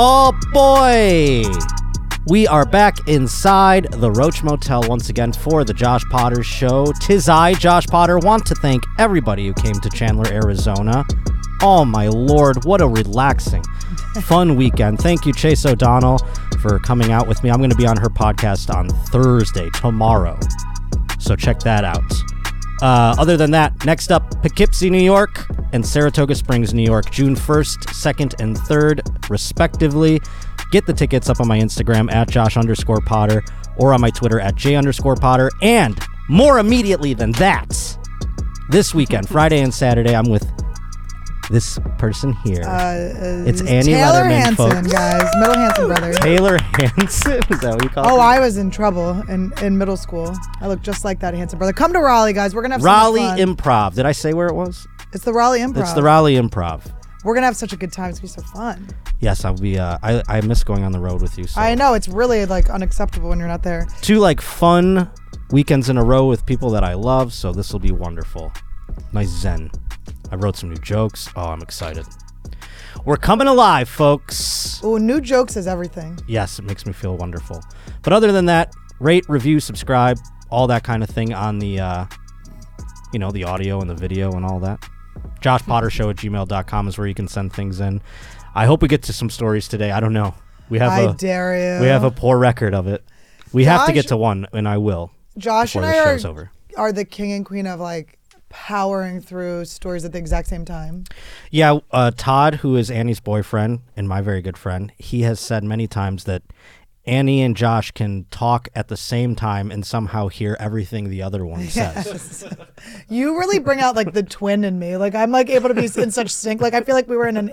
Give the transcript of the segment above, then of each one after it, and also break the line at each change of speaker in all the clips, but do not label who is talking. Oh boy! We are back inside the Roach Motel once again for the Josh Potter Show. Tis I, Josh Potter, want to thank everybody who came to Chandler, Arizona. Oh my lord, what a relaxing, fun weekend. Thank you, Chase O'Donnell, for coming out with me. I'm going to be on her podcast on Thursday, tomorrow. So check that out. Uh, other than that, next up, Poughkeepsie, New York, and Saratoga Springs, New York, June 1st, 2nd, and 3rd, respectively. Get the tickets up on my Instagram at Josh underscore Potter or on my Twitter at J underscore Potter. And more immediately than that, this weekend, Friday and Saturday, I'm with this person here.
Uh,
It's Annie
Taylor
Letterman,
Hansen,
folks.
guys. Middle Hansen brothers.
Taylor Hansen. Is that what you call
Oh,
her?
I was in trouble in, in middle school. I look just like that Hansen brother. Come to Raleigh, guys. We're gonna have so much
Raleigh
fun.
Improv. Did I say where it was?
it's the Raleigh Improv.
It's the Raleigh Improv.
We're gonna have such a good time. It's gonna be so fun.
Yes, I'll be. Uh, I I miss going on the road with you. So.
I know it's really like unacceptable when you're not there.
two like fun weekends in a row with people that I love, so this will be wonderful. Nice zen. I wrote some new jokes. Oh, I'm excited. We're coming alive, folks.
Oh, new jokes is everything.
Yes, it makes me feel wonderful. But other than that, rate, review, subscribe, all that kind of thing on the uh you know, the audio and the video and all that. JoshPotterShow at gmail.com is where you can send things in. I hope we get to some stories today. I don't know. We have
I
a
dare you.
we have a poor record of it. We have to
Josh-
get to one, and I will.
Josh
before
and
the
I
show's
are,
over.
are the king and queen of like powering through stories at the exact same time.
Yeah, uh, Todd, who is Annie's boyfriend and my very good friend, he has said many times that Annie and Josh can talk at the same time and somehow hear everything the other one says.
You really bring out like the twin in me. Like I'm like able to be in such sync. Like I feel like we were in an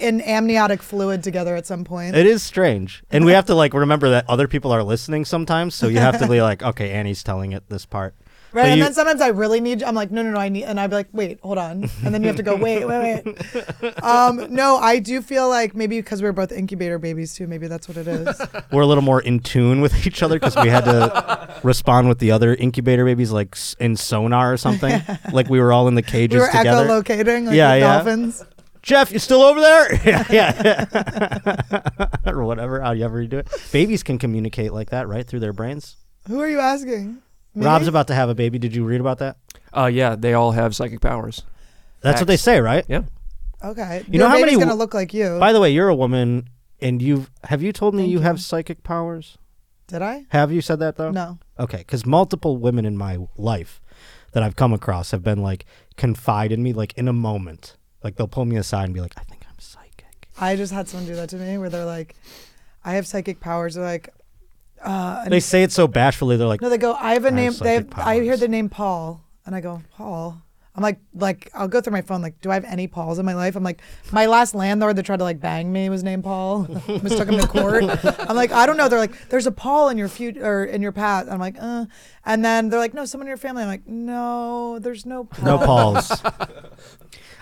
in amniotic fluid together at some point.
It is strange, and we have to like remember that other people are listening sometimes. So you have to be like, okay, Annie's telling it this part.
Right,
But
and
you-
then sometimes I really need. I'm like, no, no, no, I need, and I'd be like, wait, hold on, and then you have to go, wait, wait, wait. Um, no, I do feel like maybe because we were both incubator babies too. Maybe that's what it is.
we're a little more in tune with each other because we had to respond with the other incubator babies, like s- in sonar or something. like we were all in the cages
we were
together.
echolocating like
Yeah,
the
yeah.
dolphins.
Jeff, you still over there? yeah, yeah. or whatever, however you do it. Babies can communicate like that, right? Through their brains.
Who are you asking? Me?
Rob's about to have a baby. Did you read about that?
Uh, yeah, they all have psychic powers.
That's what they
Facts.
say, right?
Yeah.
okay.
You
Your
know how
baby's
many-
gonna look like you?
By the way, you're a woman and you've have you told me
Thank
you,
you.
have psychic powers?
Did I?
Have you said that though?
No.
Okay, because multiple women in my life that I've come across have been like confide in me like in a moment. Like they'll pull me aside and be like, I think I'm psychic.
I just had someone do that to me where they're like, I have psychic powers. They're like, uh, and-
They say it so bashfully, they're like,
no, they go, I have a
have
name. they have,
psychic
I hear
powers.
the name Paul, and I go, Paul. I'm like, like I'll go through my phone. Like, do I have any Pauls in my life? I'm like, my last landlord that tried to like bang me was named Paul. Mistook him to court. I'm like, I don't know. They're like, there's a Paul in your future or in your past. I'm like, uh. And then they're like, no, someone in your family. I'm like, no, there's no Paul.
No Pauls.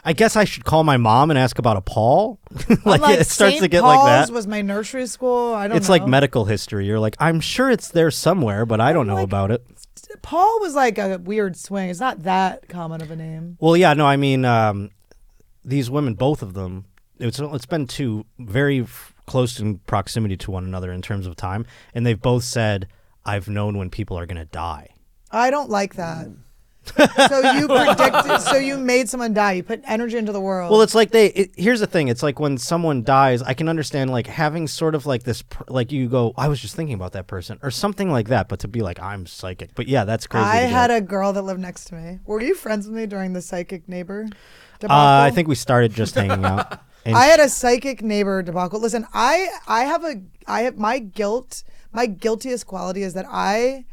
I guess I should call my mom and ask about a Paul. like,
I'm like,
it starts to
Saint
get
Paul's
like that.
Was my nursery school? I don't.
It's
know.
like medical history. You're like, I'm sure it's there somewhere, but I don't know
like-
about it.
Paul was like a weird swing. It's not that common of a name.
Well, yeah, no, I mean, um, these women, both of them, it's it's been two very f- close in proximity to one another in terms of time, and they've both said, "I've known when people are gonna die."
I don't like that. so you predicted. So you made someone die. You put energy into the world.
Well, it's like they. It, here's the thing. It's like when someone dies, I can understand like having sort of like this, pr- like you go, I was just thinking about that person or something like that. But to be like, I'm psychic. But yeah, that's crazy.
I
to
had
do. Uh,
a girl that lived next to me. Were you friends with me during the psychic neighbor? Debacle?
Uh, I think we started just hanging out. And
I had a psychic neighbor debacle. Listen, I I have a I have my guilt. My guiltiest quality is that I,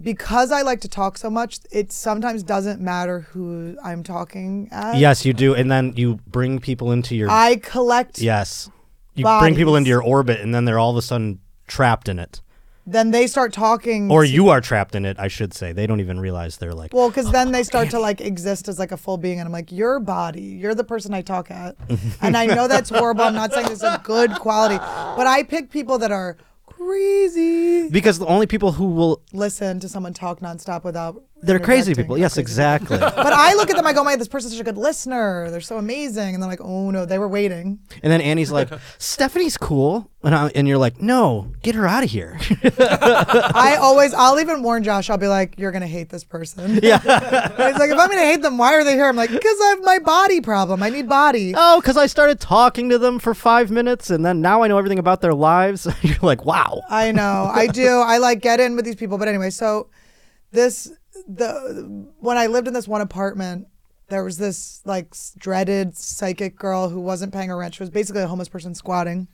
because I like to talk so much, it sometimes doesn't matter who I'm talking at.
yes, you do. And then you bring people into your.
I collect
yes, you bring
Bodies.
people into your orbit, and then they're all of a sudden trapped in it,
then they start talking
or
to-
you are trapped in it. I should say they don't even realize they're like.
well because then they start to like exist as like a full being and i'm like your body you're the person i talk at and i know that's horrible i'm not saying this is a good quality but i pick people that are crazy
because the only people who will
listen to someone talk nonstop without
They're crazy
interacting.
people.
They're
Yes,
crazy.
exactly.
But I look at them, I go, my, this person's such a good listener. They're so amazing. And they're like, oh no, they were waiting.
and then Annie's like, Stephanie's cool, and I, and you're like, no, get her out of here.
I always, I'll even warn Josh, I'll be like, you're going to hate this person. Yeah. He's like, if I'm going to hate them, why are they here? I'm like, because I have my body problem. I need body.
oh, because I started talking to them for five minutes, and then now I know everything about their lives. you're like, wow.
I know. I do. I like get in with these people. But anyway, so this the when I lived in this one apartment, there was this like s- dreaded psychic girl who wasn't paying her rent. She was basically a homeless person squatting.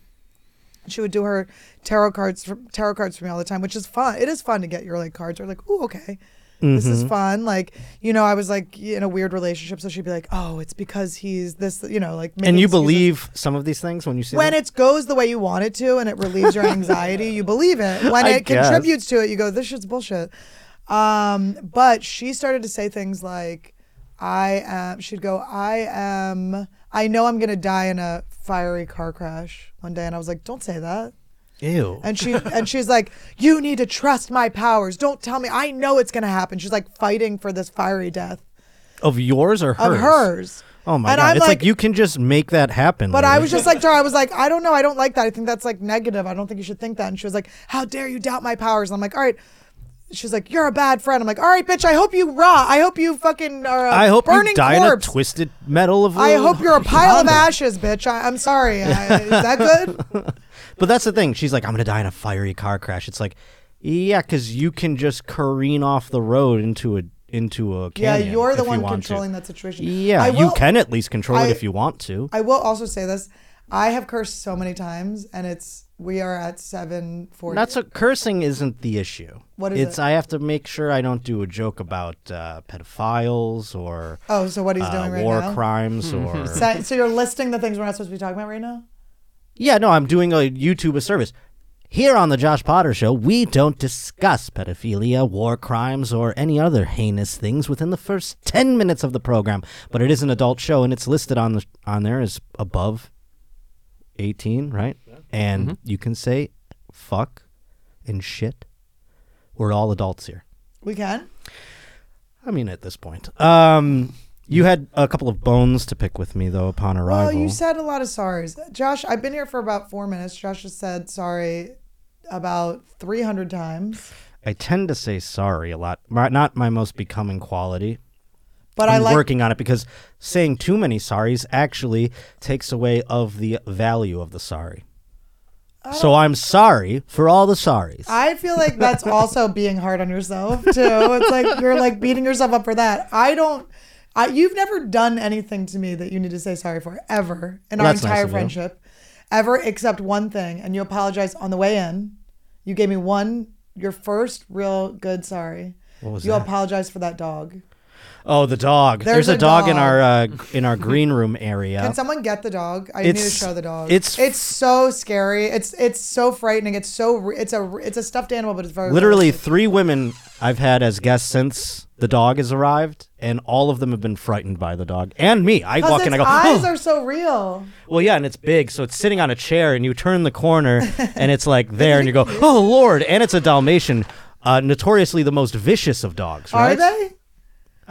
She would do her tarot cards for, tarot cards for me all the time, which is fun. It is fun to get your like cards. Or like, ooh, okay. This is
Mm-hmm.
fun. Like, you know, I was like in a weird relationship, so she'd be like, "Oh, it's because he's this," you know, like. making
And you
excuses.
believe some of these things when you see
When
them?
it goes the way you want it to and it relieves your anxiety, you believe it. When
I
it
guess.
contributes to it, you go, this shit's bullshit. Um, but she started to say things like, I am, she'd go, I am, I know I'm going to die in a fiery car crash one day. And I was like, don't say that.
Ew.
And she and she's like, "You need to trust my powers. Don't tell me. I know it's gonna happen." She's like fighting for this fiery death
of yours or hers?
of hers.
Oh my
And
god!
I'm
it's like,
like-
you can just make that happen.
But I
lady.
was just like to her, I was like, I don't know, I don't like that. I think that's like negative. I don't think you should think that. And she was like, How dare you doubt my powers? And I'm like, All right. She's like, You're a bad friend. I'm like, All right, bitch, I hope you raw. I hope you fucking are a
I hope
burning
you die
corpse.
in a twisted metal of.
I hope you're a pile of
Honda.
ashes, bitch. I, I'm sorry. I, is that good?
But that's the thing. She's like, I'm gonna die in a fiery car crash. It's like, yeah, because you can just careen off the road into a into a
yeah,
canyon.
you're the
if you
one
want to.
controlling that situation.
Yeah,
I
you
will-
can at least control
I-
it if you want to.
I will also say this. I have cursed so many times, and it's we are at seven forty.
Not so cursing isn't the issue.
What is
it's
it?
I have to make sure I don't do a joke about uh, pedophiles or
oh, so what he's
uh,
doing right
war
now?
crimes or
So, so you're listing the things we're not supposed to be talking about right now.
Yeah, no, I'm doing a YouTube a service. Here on the Josh Potter Show, we don't discuss pedophilia, war crimes, or any other heinous things within the first ten minutes of the program. But it is an adult show, and it's listed on the on there as above eighteen, right? And
Mm-hmm.
you can say fuck and shit. We're all adults here.
We can.
I mean, at this point, um, you had a couple of bones to pick with me though upon
Well,
arrival.
you said a lot of sorries. Josh, I've been here for about four minutes. Josh has said sorry about 300 times.
I tend to say sorry a lot. My, not my most becoming quality.
But i
I'm
like,
working on it because saying too many sorries actually takes away of the value of the sorry. So I'm sorry for all the sorries.
Oh. I feel like that's also being hard on yourself, too. It's like you're like beating yourself up for that. I don't, I, you've never done anything to me that you need to say sorry for ever in our
That's nice
entire
of you.
friendship, ever except one thing. And you apologized on the way in. You gave me one, your first real good sorry.
What was
you
that?
apologized for that dog.
oh, the dog.
There's
There's,
a
a, dog, in
dog.
our uh, in our green room area.
Can someone get the dog? I need to
It's-
show the dog.
it's-
it's so scary. It's it's so frightening. It's so re- it's a re- it's a stuffed animal, but it's very
Literally
realistic.
three women I've had as guests since the dog has arrived, and all of them have been frightened by the dog and me. I
'Cause
walk in, I
its
go,
eyes
"Oh."
are so real.
Well, yeah, and it's big, so it's sitting on a chair, and you turn the corner, and it's like there, and you go, "Oh Lord!" And it's a Dalmatian, uh, notoriously the most vicious of dogs,
Are
right?
they?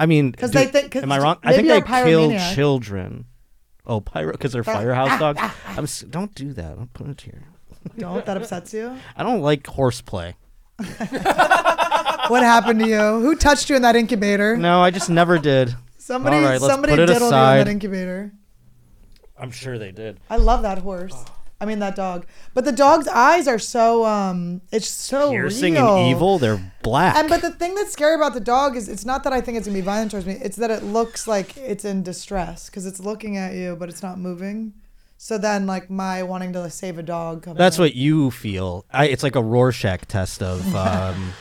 I mean,
'Cause
do-
they think- 'cause
am I wrong? I think
maybe
they
you're a
kill
pyromaniac. "Ah,
children. Oh, pyro, because they're firehouse dogs. I'm s- don't do that. Don't put it here.
Don't that upsets you?
I don't like horseplay.
What happened to you? Who touched you in that incubator?
No, I just never did.
Somebody
All right, let's
somebody
put it
diddled you in
aside.
that incubator.
I'm sure they did.
I love that horse. I mean that dog. But the dog's eyes are so um it's so
Piercing
real.
and evil, they're black.
And but the thing that's scary about the dog is it's not that I think it's gonna be violent towards me. It's that it looks like it's in distress because it's looking at you, but it's not moving. So then, like my wanting to save a dog. Comes
That's
in.
what you feel. I, it's like a Rorschach test of um,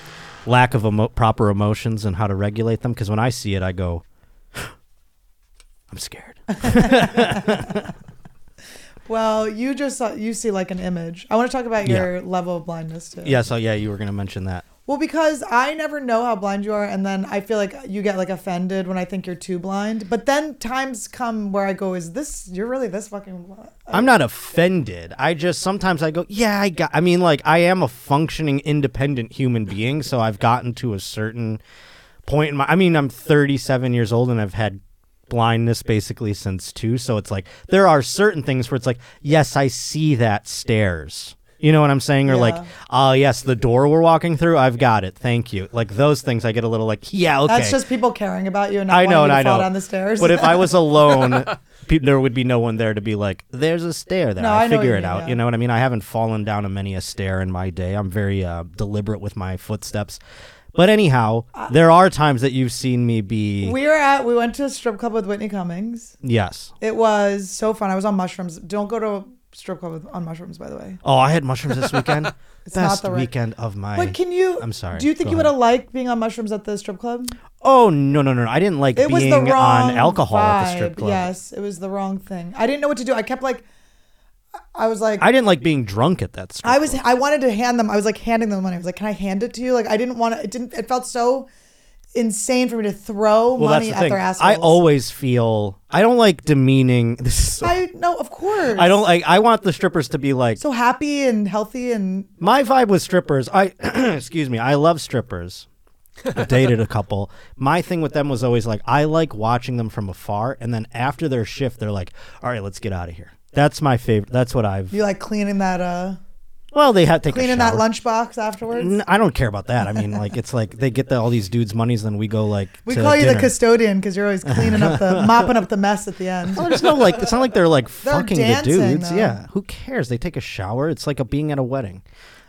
lack of emo- proper emotions and how to regulate them. Because when I see it, I go, I'm scared.
Well, you just saw, you see like an image. I want to talk about
Yeah.
your level of blindness too.
yeah, so yeah, you were going to mention that.
Well, because I never know how blind you are, and then I feel like you get like offended when I think you're too blind. But then times come where I go, "Is this? You're really this fucking?" blind?"
I'm not offended. I just sometimes I go, yeah, I got. I mean, like I am a functioning, independent human being, so I've gotten to a certain point in my. I mean, I'm 37 years old and I've had blindness basically since two. So it's like there are certain things where it's like, yes, I see that stairs. You know what I'm saying? Or like,
Yeah.
oh yes, the door we're walking through. I've got it. Thank you. Like those things, I get a little like, yeah, okay.
That's just people caring about you and not
I know, and
wanting you
I
to fall
know.
down the stairs.
But if I was alone, pe- there would be no one there to be like, "There's a stair there.
No,
I,
I know what
figure
you
it
mean,
out."
yeah.
You know what I mean? I haven't fallen down a many a stair in my day. I'm very uh, deliberate with my footsteps. But anyhow, there are times that you've seen me be
we were at, we went to a strip club with Whitney Cummings.
yes.
It was so fun. I was on mushrooms. Don't go to a strip club with, on mushrooms, by the way.
Oh, I had mushrooms this weekend.
It's not
Best
the right-
weekend of my.
But can you?
I'm sorry.
Do you think
Go
you would
ahead.
have liked being on mushrooms at the strip club?
oh no no no! I didn't like
It was
being
the wrong
on alcohol at the strip
vibe.
club.
Yes, it was the wrong thing. I didn't know what to do. I kept like, I was like,
I didn't like being drunk at that strip.
I was I wanted to hand them. I was like handing them money. I was like, "Can I hand it to you?" Like I didn't want to. It didn't. It felt so insane for me to throw
well,
money
that's
at
the
their
thing.
assholes.
I always feel I don't like demeaning. This is so
I no, of course.
I don't like. I want the strippers to be like
So happy and healthy and
my vibe with strippers. I excuse me. I love strippers. I've dated a couple. My thing with them was always like I like watching them from afar, and then after their shift, they're like, "All right, let's get out of here." That's my favorite. That's what I've.
you like cleaning that uh
Well, they have to take a
cleaning that
shower.
lunchbox afterwards.
N- I don't care about that. I mean, like it's like they get the, all these dudes' monies, then we go like.
we
to
call you the
dinner.
custodian because you're always cleaning up the mopping up the mess at the end.
Well, there's no like. It's not like they're like
They're
fucking
dancing,
the dudes.
though.
Yeah, who cares? They take a shower. It's like a being at a wedding.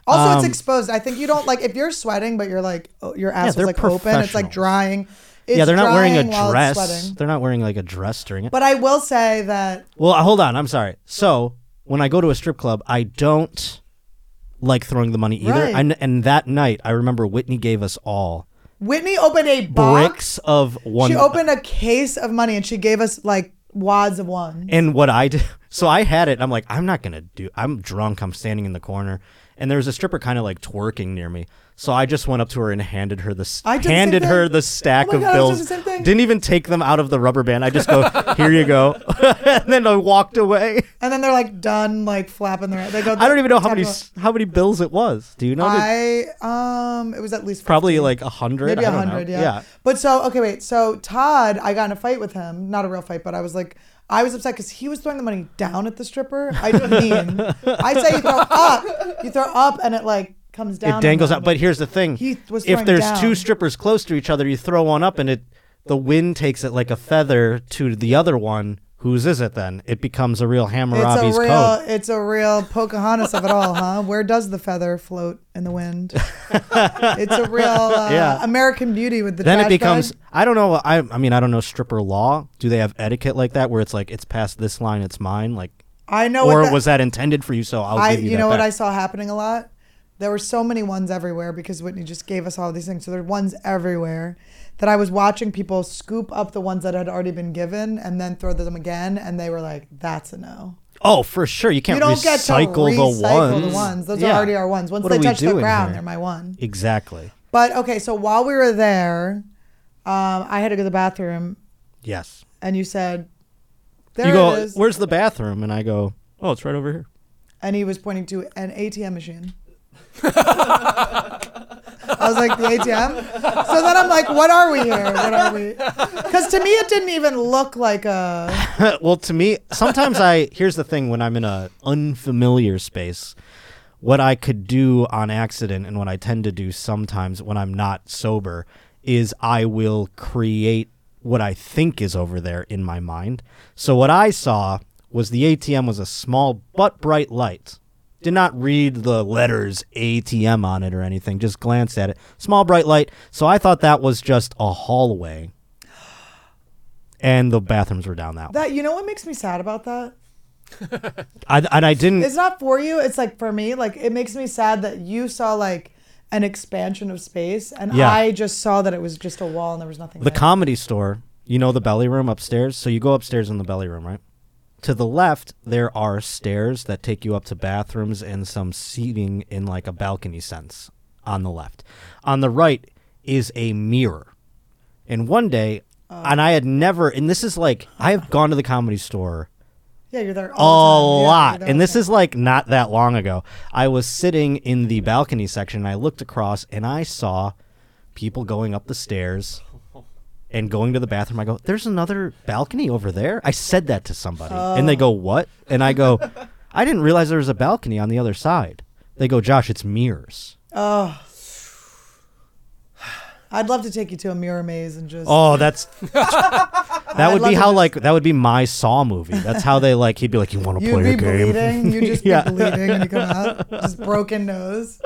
Also,
Um,
it's exposed. I think you don't like if you're sweating, but you're like oh, your ass
they're
was like open. It's like
professionals.
drying. It's
yeah, they're not wearing a
drying while it's
dress.
sweating.
They're not wearing like a dress during it.
But I will say that
Well, uh, hold on. I'm sorry. So when I go to a strip club, I don't like throwing the money either.
Right.
And, and that night, I remember Whitney gave us all
Whitney opened a box.
bricks of one.
She opened a case of money and she gave us like wads of one.
And what I did, so I had it. and I'm like, I'm not gonna do. I'm drunk. I'm standing in the corner, and there was a stripper kind of like twerking near me. So I just went up to her and handed her the s-
I did the same
handed her
thing.
the stack
Oh my
of
God, I
bills.
was doing the same thing.
Didn't even take them out of the rubber band. I just go, here you go, and then I walked away.
And then they're like done, like flapping their. They go.
I don't even know how many
Tap-
s- how many bills it was. Do you know? Did-
I um, it was at least
Probably like a hundred.
maybe
a
a hundred. Yeah. But so okay, wait. So Todd, I got in a fight with him. Not a real fight, but I was like, I was upset because he was throwing the money down at the stripper. I didn't mean. I say you throw up, you throw up, and it like comes down.
It
on
dangles
them.
out. But here's the thing:
He was
if
throwing
there's
down.
two strippers close to each other, you throw one up, and it the wind takes it like a feather to the other one. Whose is it then? It becomes a real Hammurabi's
it's a real,
code.
it's a real Pocahontas of it all, huh? Where does the feather float in the wind? it's a real uh,
Yeah.
American Beauty with the.
Then
trash
it becomes.
bag.
I don't know. I, I mean, I don't know stripper law. Do they have etiquette like that, where it's like it's past this line, it's mine? Like,
I know.
or
what that-
was that intended for you? So I'll
I?
give you,
You know
that
what I
back.
saw happening a lot. There were so many ones everywhere because Whitney just gave us all these things. So there were ones everywhere that I was watching people scoop up the ones that had already been given and then throw them again, and they were like, "That's a no."
Oh, for sure. You can't
You don't get to
recycle, the
recycle
ones.
the ones. Those
Yeah.
are already our ones. Once
What
they
are we
touch the
doing
ground,
here?
they're my one.
Exactly.
But okay, so while we were there, um, I had to go to the bathroom,
Yes.
and you said, "There
you go.
it is,"
Where's the bathroom? And I go. Oh, it's right over here.
and he was pointing to an ATM machine. I was like, "The ATM." So then I'm like, "What are we here? What are we?" Because to me, it didn't even look like a.
well, to me, sometimes I here's the thing when I'm in a unfamiliar space, what I could do on accident and what I tend to do sometimes when I'm not sober is I will create what I think is over there in my mind. So what I saw was the ATM was a small but bright light. Did not read the letters ATM on it or anything, just glanced at it. Small bright light. So I thought that was just a hallway. And the bathrooms were down that way.
That you know what makes me sad about that?
I, and I didn't.
It's not for you. It's like for me. Like it makes me sad that you saw like an expansion of space, and
Yeah.
I just saw that it was just a wall and there was nothing.
the
there.
comedy store, you know, the belly room upstairs. So you go upstairs in the belly room, right? To the left, there are stairs that take you up to bathrooms and some seating in like a balcony sense on the left. On the right is a mirror. And one day, and I had never, and this is like, I have gone to the comedy store
Yeah, you're there
a
all the time. Yeah, you're
lot.
there
and
all
this
the
is like not that long ago. I was sitting in the balcony section and I looked across and I saw people going up the stairs and going to the bathroom, I go, "There's another balcony over there." I said that to somebody, and they
Oh.
go, "What?" And I go, "I didn't realize there was a balcony on the other side." They go, "Josh, it's mirrors."
Oh. I'd love to take you to a mirror maze and just.
Oh, that's that would
love
be
to
how
just-
like that would be my Saw movie. That's how they like he'd be like, "You want to
You'd
play
be
a game?"
bleeding. You'd just
Yeah.
be bleeding and you come out. Just broken nose.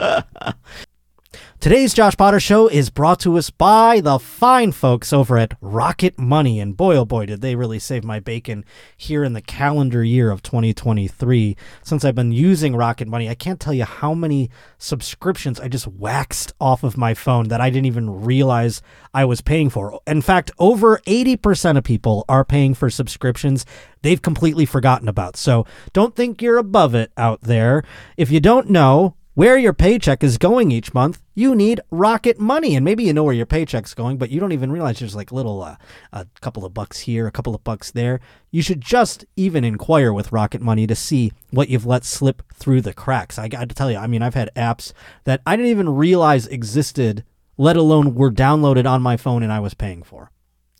Today's Josh Potter Show is brought to us by the fine folks over at Rocket Money. And boy, oh boy, did they really save my bacon here in the calendar year of 2023. Since I've been using Rocket Money, I can't tell you how many subscriptions I just waxed off of my phone that I didn't even realize I was paying for. In fact, over 80% of people are paying for subscriptions they've completely forgotten about. So don't think you're above it out there. If you don't know, where your paycheck is going each month, you need Rocket Money. And maybe you know where your paycheck's going, but you don't even realize there's like little, uh, a couple of bucks here, a couple of bucks there. You should just even inquire with Rocket Money to see what you've let slip through the cracks. I got to tell you, I mean, I've had apps that I didn't even realize existed, let alone were downloaded on my phone and I was paying for.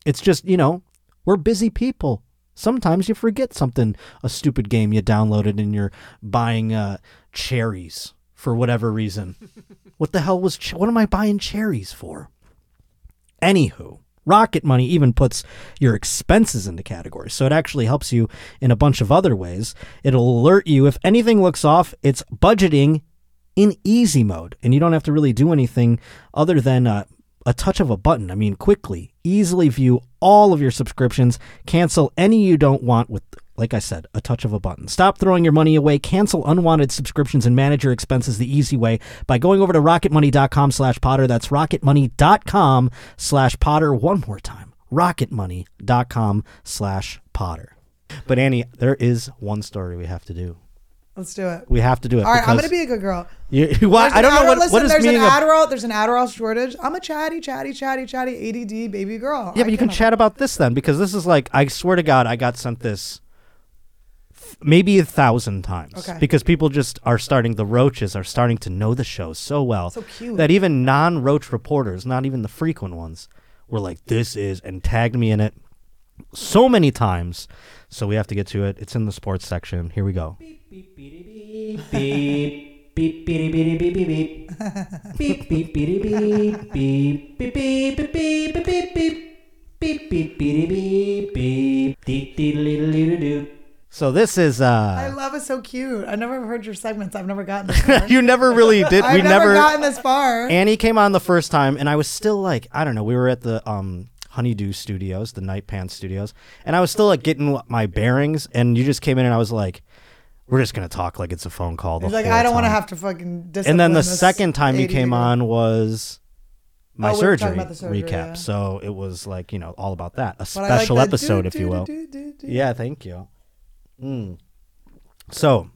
It's just, you know, we're busy people. Sometimes you forget something, a stupid game you downloaded and you're buying uh, cherries for whatever reason. what the hell was, ch- what am I buying cherries for? Anywho, Rocket Money even puts your expenses into categories, so it actually helps you in a bunch of other ways. It'll alert you if anything looks off, it's budgeting in easy mode, and you don't have to really do anything other than uh, a touch of a button. I mean, quickly, easily view all of your subscriptions, cancel any you don't want with like I said, a touch of a button. Stop throwing your money away, cancel unwanted subscriptions, and manage your expenses the easy way by going over to rocketmoney.com slash potter. That's rocketmoney.com slash potter one more time. rocketmoney.com slash potter. But Annie, there is one story we have to do.
Let's do it.
We have to do it.
All right, I'm
because
gonna be a good girl.
You, why-
There's
I
an
don't know
Adderall-
what,
listen,
what is
there's
meaning
an
of-
Adderall. there's an Adderall shortage. I'm a chatty, chatty, chatty, chatty, ADD baby girl.
Yeah,
I
but you can
cannot-
chat about this then because this is like I swear to God, I got sent this f- maybe a thousand times
Okay.
because people just are starting the roaches are starting to know the show so well
So cute.
that even non-roach reporters, not even the frequent ones, were like, "This is," and tagged me in it so many times. So we have to get to it. It's in the sports section. Here we go. So this is
I
uh
love it. So cute. I never heard your segments. I've never gotten this far.
you never really did
I've
we never
never, gotten this far.
Annie came on the first time, and I was still like, I don't know. We were at the um, Honeydew Studios, the Night Pants Studios, and I was still like getting my bearings. And you just came in, and I was like, "We're just gonna talk like it's a phone call." The
He's like,
whole
I don't want to
time."
have to fucking.
And then the
discipline this
second time you
ADD
came
girl.
on was my
Oh, we were talking
surgery,
about the surgery,
recap.
yeah.
So it was like you know all about that, a
But I like
special
the
episode,
do,
if you
do,
will.
do, do, do.
Yeah, thank you. Mm. So,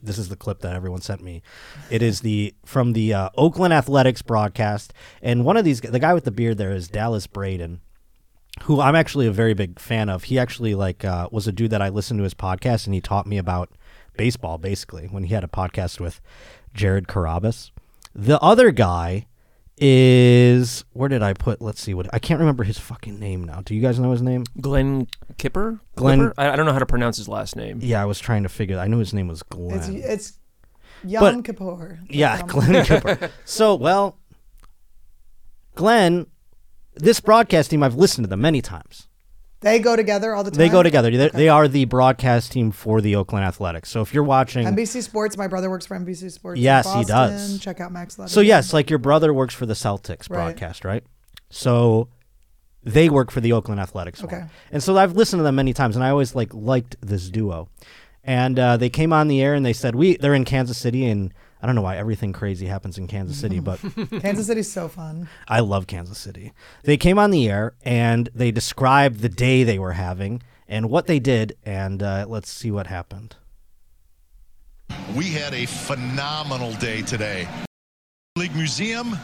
this is the clip that everyone sent me. It is the from the uh, Oakland Athletics broadcast, and one of these, the guy with the beard there is Dallas Braden, who I'm actually a very big fan of. He actually like uh, was a dude that I listened to his podcast, and he taught me about baseball basically when he had a podcast with Jared Carabas. The other guy is where did I put? Let's see what I can't remember his fucking name now. Do you guys know his name?
Glenn Kipper.
Glenn-
Clipper? I, I don't know how to pronounce his last name.
Yeah, I was trying to figure. I knew his name was Glenn.
It's it's Yom
But-
Kippur.
yeah,
Um,
Glenn Cooper. So well, Glenn, this broadcast team I've listened to them many times.
They go together all the time.
They go together. They, they are the broadcast team for the Oakland Athletics. So if you're watching,
NBC Sports. My brother works for NBC Sports. in
Yes, he
Boston.
does.
Check out Max.
so yes, like your brother works for the Celtics
Right.
broadcast, right? So they work for the Oakland Athletics. one.
Okay.
And so I've listened to them many times, and I always like liked this duo. And uh, they came on the air and they said we they're in Kansas City, and I don't know why everything crazy happens in Kansas City, but.
Kansas City's so fun.
I love Kansas City. They came on the air and they described the day they were having and what they did, and uh, let's see what happened.
We had a phenomenal day today. League Museum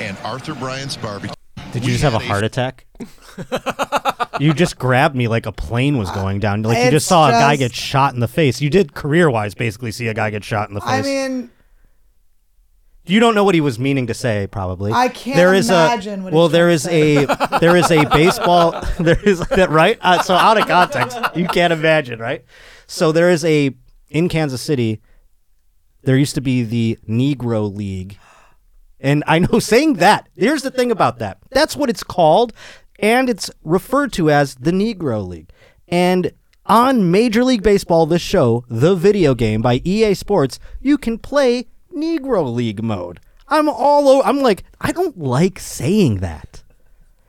and Arthur Bryant's Barbecue.
Did
We
you just have a
had
heart attack? you just grabbed me like a plane was going down. Like you just
It's
saw a guy get
just-
shot in the face. You did career wise basically see a guy get shot in the face.
I mean,
You don't know what he was meaning to say, probably.
I can't imagine
a,
what he
well,
was
there is
trying to
a there is a baseball there is that right. Uh, so out of context, you can't imagine, right? So there is a in Kansas City. There used to be the Negro League, and I know saying that. Here's the thing about that. That's what it's called, and it's referred to as the Negro League. And on Major League Baseball, this show, the video game by EA Sports, you can play Negro League mode. I'm all over. I'm like, I don't like saying that.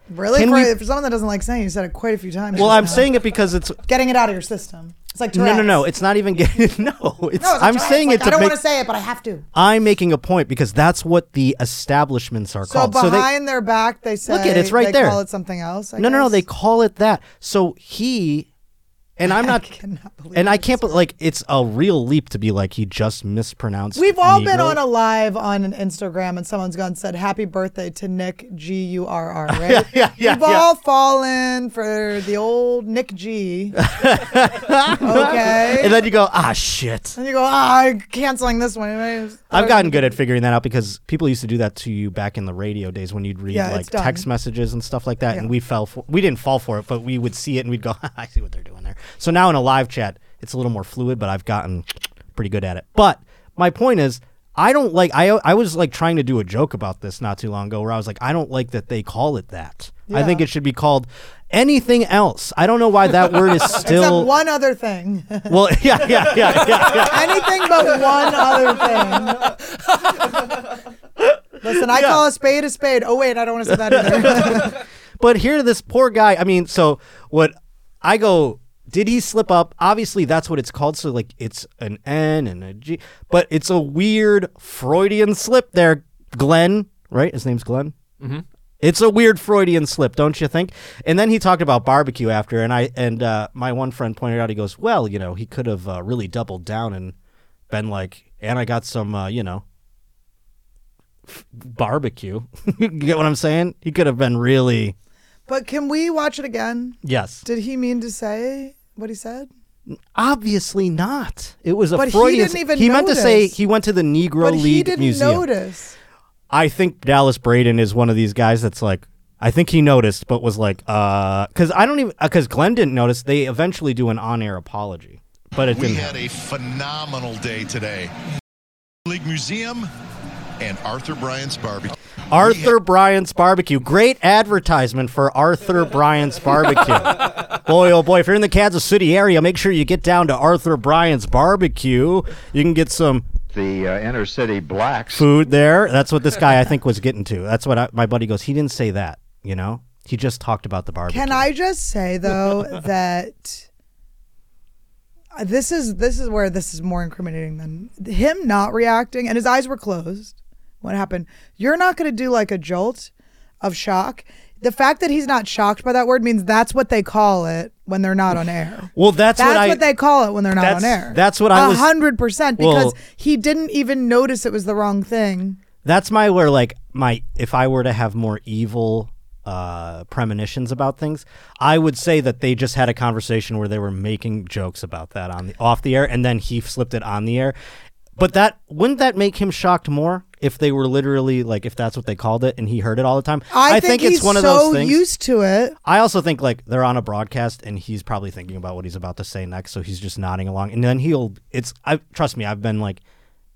Really?
Can
For,
we-
for someone that doesn't like saying, it, you said it quite a few times.
Well,
just
I'm
now.
saying it because it's
getting it out of your system. It's like
no, no, no.
Tourette's.
It's not even getting no. It's,
No, it's like
I'm
Tourette's.
saying
Like,
it
I
to
don't
make.
want to say it, but I have to.
I'm making a point because that's what the establishments are
So
called. So they,
behind their back, they say.
Look at it, it's right
they
there.
Call it something else. I
No, no, no.
guess?
They call it that. So he, and I'm not,
cannot believe
and I can't. be- Like, it's a real leap to be like he just mispronounced.
We've all been
Negro.
on a live on an Instagram, and someone's gone and said "Happy birthday to Nick G U R R." Right?
Yeah, yeah, yeah,
We've
yeah.
all fallen for the old Nick G. okay.
And then you go, ah, shit.
And you go, ah, I'm canceling this one.
I've gotten good at figuring that out because people used to do that to you back in the radio days when you'd read
Yeah,
like
it's done.
text messages and stuff like that, and we fell for we didn't fall for it, but we would see it and we'd go, I see what they're doing there. So now in a live chat, it's a little more fluid, but I've gotten pretty good at it. But my point is, I don't like I I was like trying to do a joke about this not too long ago where I was like, I don't like that they call it that. I think it should be called anything else. I don't know why that word is
Except
still
one other thing.
well, yeah, yeah, yeah, yeah, yeah.
Anything but one other thing. Listen, I call a spade a spade. Oh wait, I don't want to say that either.
But here, this poor guy. I mean, so what? I go. Did he slip up? Obviously, that's what it's called. So like, it's an N and a G. But it's a weird Freudian slip there, Glenn. Right? His name's Glenn. Mm-hmm. It's a weird Freudian slip, don't you think? And then he talked about barbecue after, and I and uh, my one friend pointed out. He goes, "Well, you know, he could have uh, really doubled down and been like, and I got some, uh, you know, barbecue. you get what I'm saying? He could have been really."
but can we watch it again?
Yes.
Did he mean to say what he said?
Obviously not. It was a
But he
Freudian.
didn't even
meant to say
notice.
he went to the Negro
but
League
he didn't
Museum.
notice.
I think Dallas Braden is one of these guys that's like. I think he noticed, but was like, uh, because I don't even, because Glenn didn't notice. They eventually do an on-air apology, but it
We
didn't.
had a phenomenal day today. League Museum and Arthur Bryant's Barbecue.
Arthur Bryant's Barbecue, great advertisement for Arthur Bryant's Barbecue. boy, oh boy, if you're in the Kansas City area, make sure you get down to Arthur Bryant's Barbecue. You can get some
the uh, inner city blacks.
food there. That's what this guy I think was getting to. That's what I, my buddy goes. He didn't say that, you know. He just talked about the barbecue.
Can I just say though that uh, this is this is where this is more incriminating than him not reacting and his eyes were closed. What happened? You're not going to do like a jolt of shock. The fact that he's not shocked by that word means that's what they call it when they're not on air.
well, that's,
That's
what I.
what, they call it when they're not
that's-
on air.
that's what I was-
A hundred percent because
Well-
he didn't even notice it was the wrong thing.
that's my where like my if I were to have more evil uh premonitions about things i would say that they just had a conversation where they were making jokes about that on the off the air and then he slipped it on the air but that wouldn't that make him shocked more if they were literally like if that's what they called it and he heard it all the time
I, think, he's
it's one
so
of those things
used to it.
I also think like they're on a broadcast and he's probably thinking about what he's about to say next, so he's just nodding along. And then he'll it's I trust me, I've been like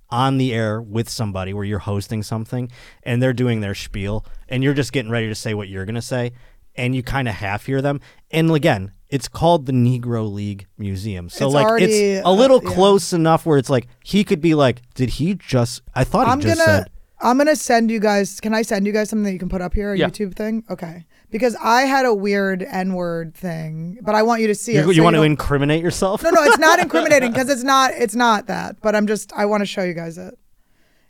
on the air with somebody where you're hosting something and they're doing their spiel and you're just getting ready to say what you're gonna say and you kind of half hear them. And again, it's called the Negro League Museum, so
It's
like
already,
it's a
uh,
little
yeah.
close enough where it's like he could be like, "Did he just?" I thought
I'm
he just
gonna
said.
I'm gonna send you guys. Can I send you guys something that you can put up here? A
Yeah.
YouTube thing? Okay. Because I had a weird N word thing, but I want you to see
You,
it. so
want to
don't-
incriminate yourself?
No, no, it's not incriminating because it's not. It's not that. But I'm just. I want to show you guys it.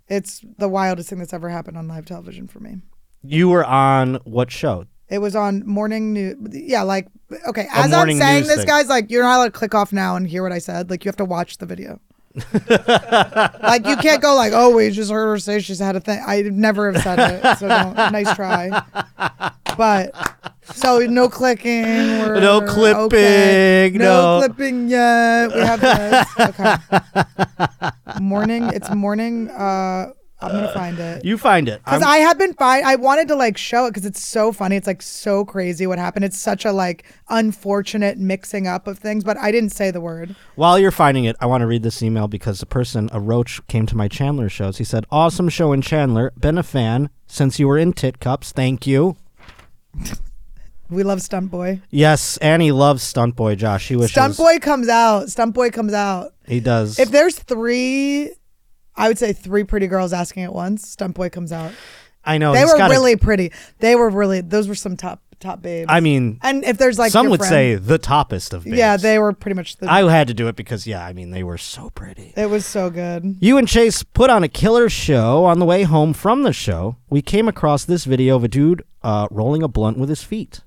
It's the wildest thing that's ever happened on live television for me.
You were on what show?
It was on morning news. Yeah, like okay. As I'm
morning
saying
news
this,
thing.
guy's like, you're not allowed to click off now and hear what I said. Like you have to watch the video. like you can't go like, oh, we just heard her say she's had a thing. I would never have said it. So don't. nice try. But so no clicking. We're,
No
okay.
clipping,
No,
no.
clipping yet. We have this. Okay. morning. It's morning. Uh, I'm gonna find it.
You find it.
Because
I'm-
I have been fine. I wanted to like show it because it's so funny. It's like so crazy what happened. It's such a like unfortunate mixing up of things, but I didn't say the word.
While you're finding it, I want to read this email because the person, a roach, came to my Chandler shows. He said, Awesome show in Chandler. Been a fan since you were in Tit Cups. Thank you.
We love Stunt Boy.
Yes, Annie loves Stunt Boy Josh. He wishes
Stunt Boy comes out. Stunt Boy comes out.
he does.
If there's three, I would say three pretty girls asking at once. Stunt Boy comes out.
I know
They
Oh, he's
were
gotta-
really pretty. They were really. Those were some top top babes.
I mean,
and if there's like
some
your
would
friend-
say the toppest of babes.
yeah, they were pretty much the.
I had to do it because yeah, I mean they were so pretty.
it was so good.
You and Chase put on a killer show on the way home from the show. We came across this video of a dude uh, rolling a blunt with his feet.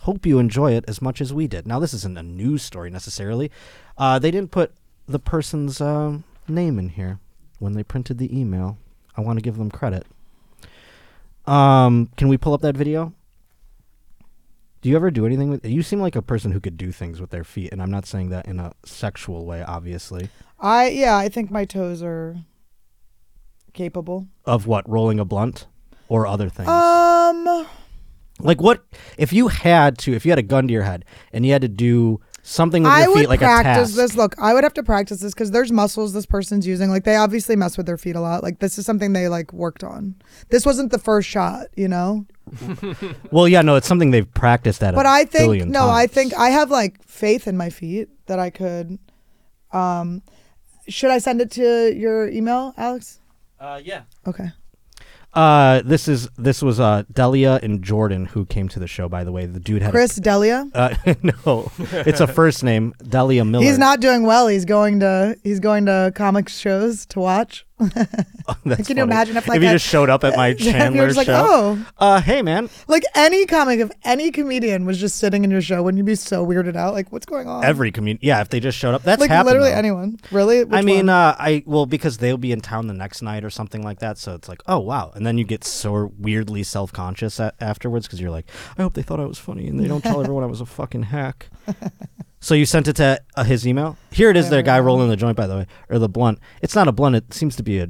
Hope you enjoy it as much as we did. Now, this isn't a news story necessarily. Uh, they didn't put the person's um name in here when they printed the email. I want to give them credit. Um, can we pull up that video? Do you ever do anything with? You seem like a person who could do things with their feet, and I'm not saying that in a sexual way, obviously.
I yeah, I think my toes are capable.
of what rolling a blunt or other things
Um,
like what if you had to if you had a gun to your head and you had to do something with
I
your
would
feet like
practice
a task
this. Look, I would have to practice this because there's muscles this person's using. Like they obviously mess with their feet a lot. Like this is something they like worked on. This wasn't the first shot, you know.
well yeah no it's something they've practiced at
But
I
I think
billion
no, I
times.
think I have like faith in my feet that I could. Um, should I send it to your email, Alex?
Uh, yeah.
Okay.
uh this is this was uh delia and jordan who came to the show by the way the dude had
Chris Delia.
a, uh, no it's a first name delia miller
He's not doing well. He's going to he's going to comic shows to watch.
That's
can you
funny.
imagine if, like,
he
I-
just showed up at my
if you were
chandler
just like,
show
"Oh."
uh hey man
Like any comic, if any comedian was just sitting in your show, wouldn't you be so weirded out? Like, what's going on?
every community yeah if they just showed up that's
like
happened,
literally
though.
anyone. Really?
I
Which
mean,
one?
uh, I well because they'll be in town the next night or something like that. So it's like, oh wow, and then you get so weirdly self conscious a- afterwards because you're like, I hope they thought I was funny and they don't tell everyone I was a fucking hack. so you sent it to uh, his email. Here it is, there, guy rolling the joint by the way, or the blunt. It's not a blunt. It seems to be a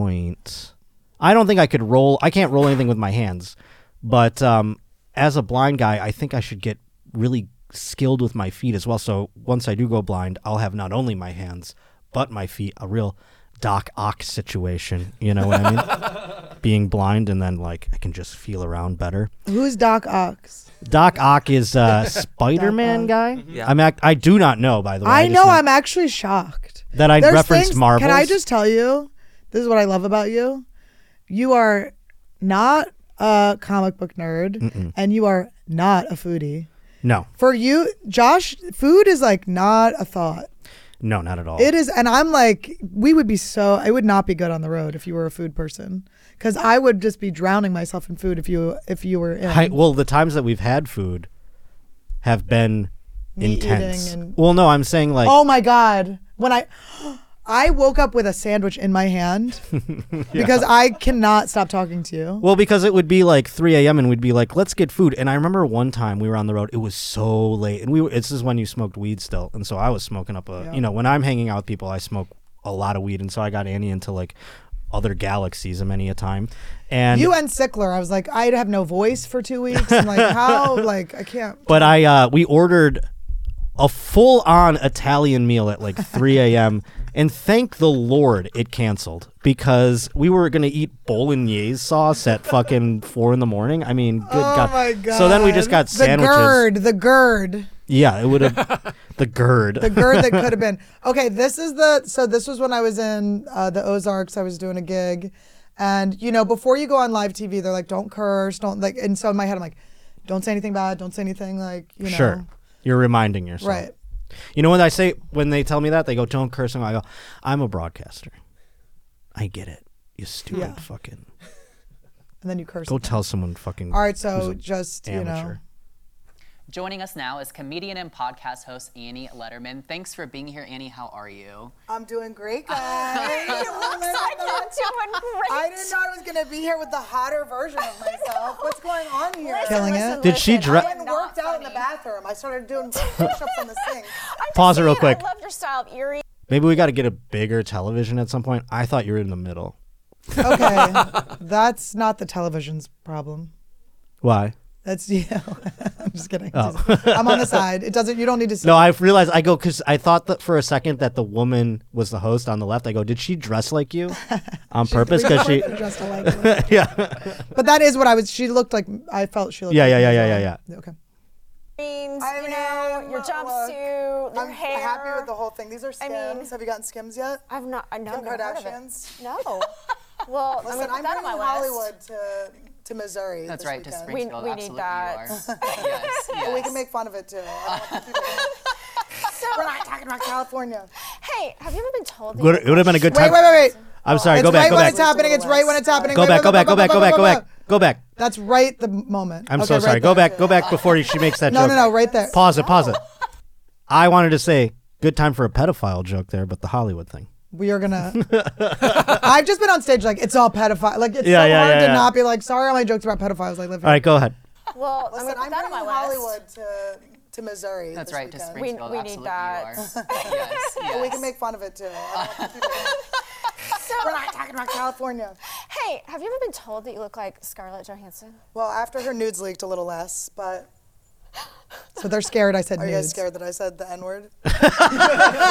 joint. I don't think I could roll. I can't roll anything with my hands, but um, as a blind guy, I think I should get really skilled with my feet as well. So once I do go blind, I'll have not only my hands but my feet. A real Doc Ock situation, you know what I mean? Being blind and then like I can just feel around better.
Who's Doc Ox?
Doc Ock is uh, Spider-Man
Ock.
guy.
Mm-hmm.
Yeah.
I'm ac- I do not know by the way.
I,
just
know. I'm actually shocked
that I
There's
referenced
things-
Marvel.
Can I just tell you? This is what I love about you. You are not a comic book nerd, and you are not a foodie.
No,
For you, Josh, food is like not a thought.
no, not at all.
It is, and I'm like, we would be so. It would not be good on the road if you were a food person, because I would just be drowning myself in food if you if you were in.
I, well, the times that we've had food have been
Meat eating
intense.
and-
Well, no, I'm saying like
oh my god, when I. I woke up with a sandwich in my hand because I cannot stop talking to you.
Well, because it would be like 3 a.m. and we'd be like, let's get food. And I remember one time we were on the road. It was so late, and we were, this is when you smoked weed still, and so I was smoking up a. You know, when I'm hanging out with people, I smoke a lot of weed, and so I got Annie into like other galaxies many a time. And
You and Sickler, I was like, I'd have no voice for two weeks. I'm like, how? Like, I can't.
but I uh, we ordered a full on Italian meal at like 3 a.m. and thank the Lord it canceled because we were gonna eat bolognese sauce at fucking four in the morning. I mean, good
oh
god.
my god!
So then we just got sandwiches.
The gird, the gird,
Yeah, it would have the gird.
the gird that could have been. Okay, this is the. So this was when I was in uh, the Ozarks. I was doing a gig, and you know, before you go on live TV, they're like, don't curse, don't like. And so in my head, I'm like, don't say anything bad, don't say anything like, you know.
Sure, you're reminding yourself.
Right.
You know when I say when they tell me that they go don't curse and I go I'm a broadcaster. I get it. You stupid
Yeah.
fucking.
And then you curse.
Go tell someone fucking.
All right, so just you know.
amateur.
Joining us now is comedian and podcast host Annie Letterman. Thanks for being here, Annie. How are you?
I'm doing great, guys. Oh my God.
doing great.
I didn't know I was gonna be here with the hotter version of myself. What's going on here?
Killing it.
Did she
I
dre-
went and worked out in the bathroom. I started doing push-ups on the sink.
Pause it real quick.
I love your style of earrings.
Maybe we got to get a bigger television at some point. I thought you were in the middle.
Okay, that's not the television's problem.
Why?
That's yeah. I'm just kidding. Just- I'm on the side. It doesn't. You don't need to. See.
Oh. No, I realized I go because I thought that for a second that the woman was the host on the left. I go, did she dress like you on purpose? Because she,
dressed alike.
yeah,
But that is what I was. She looked like. I felt she looked.
Yeah,
like
yeah,
me
yeah,
as
yeah,
well.
yeah,
Okay.
means,
I
you know,
mean,
your
look,
jumpsuit, your hair.
whole thing. These are skims.
mean-
Have you gotten skims yet?
I've not, I know.
Kim
never heard of it.
Kardashians?
No. Well, I mean, it's not on my list.
to to Missouri.
That's right, to
We-
Springfield.
we need
absolutely
that.
you are. yes, yes.
fun of it too.
So,
talking about California.
hey, have you ever been told? that
Would-
you're
it would have been a good
Wait,
time.
wait, wait, wait.
I'm sorry.
it's
Go back.
right
Go
when
back.
it's happening. It's right when it's happening.
Go
Wait,
back.
wait,
Go back. Go back. Go back. Go back. Go back.
That's right the moment.
I'm
Okay,
so
right
sorry. Go
there.
back. Go back before she makes that
No,
joke.
no, no, right there.
Pause it. Pause it. I wanted to say good time for a pedophile joke there, but the Hollywood thing.
We are gonna. I've just been on stage like it's all pedophile. Like it's
Yeah,
so
yeah,
hard
yeah,
to
yeah.
not be like sorry all my jokes about pedophiles. I live here.
All right, go ahead.
Well, I mean, it's not on my list.
to to Missouri.
That's right, to Springfield.
we need
absolutely
that.
You are. yes, yes.
make fun of it too.
So,
We're not talking about California.
hey, have you ever been told that you look like Scarlett Johansson?
Well, after her nudes leaked a little less, but
So they're scared. I said
are you guys
nudes.
scared that I said the N word?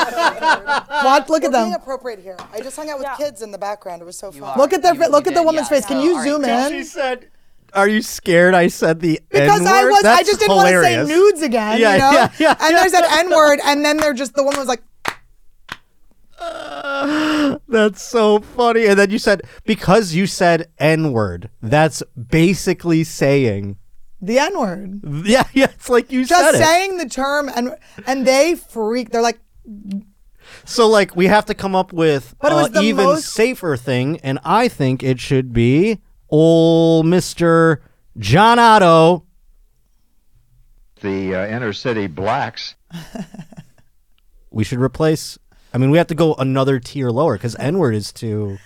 What? Look at
Being
them.
appropriate here. I just hung out with
Yeah.
kids in the background. It was so fun.
are.
Look at the
You- you
look at the
did,
woman's
yes.
face. Can
No,
you
all right.
zoom in?
said, "Are you scared?" I said the
Because I was, I just didn't want to say nudes again,
Yeah,
you know.
yeah, yeah,
and there's an N word, and then they're just the woman was like,
That's so funny. And then you said because you said N word. That's basically saying
the N word.
yeah, yeah. It's like you
Just
said it.
saying the term, and and they freak. They're like,
So like we have to come up with
But it was
uh,
the
even
most-
safer thing, and I think it should be old Mister John Otto.
The uh, inner city blacks.
We should replace. I mean, we have to go another tier lower because N word is too.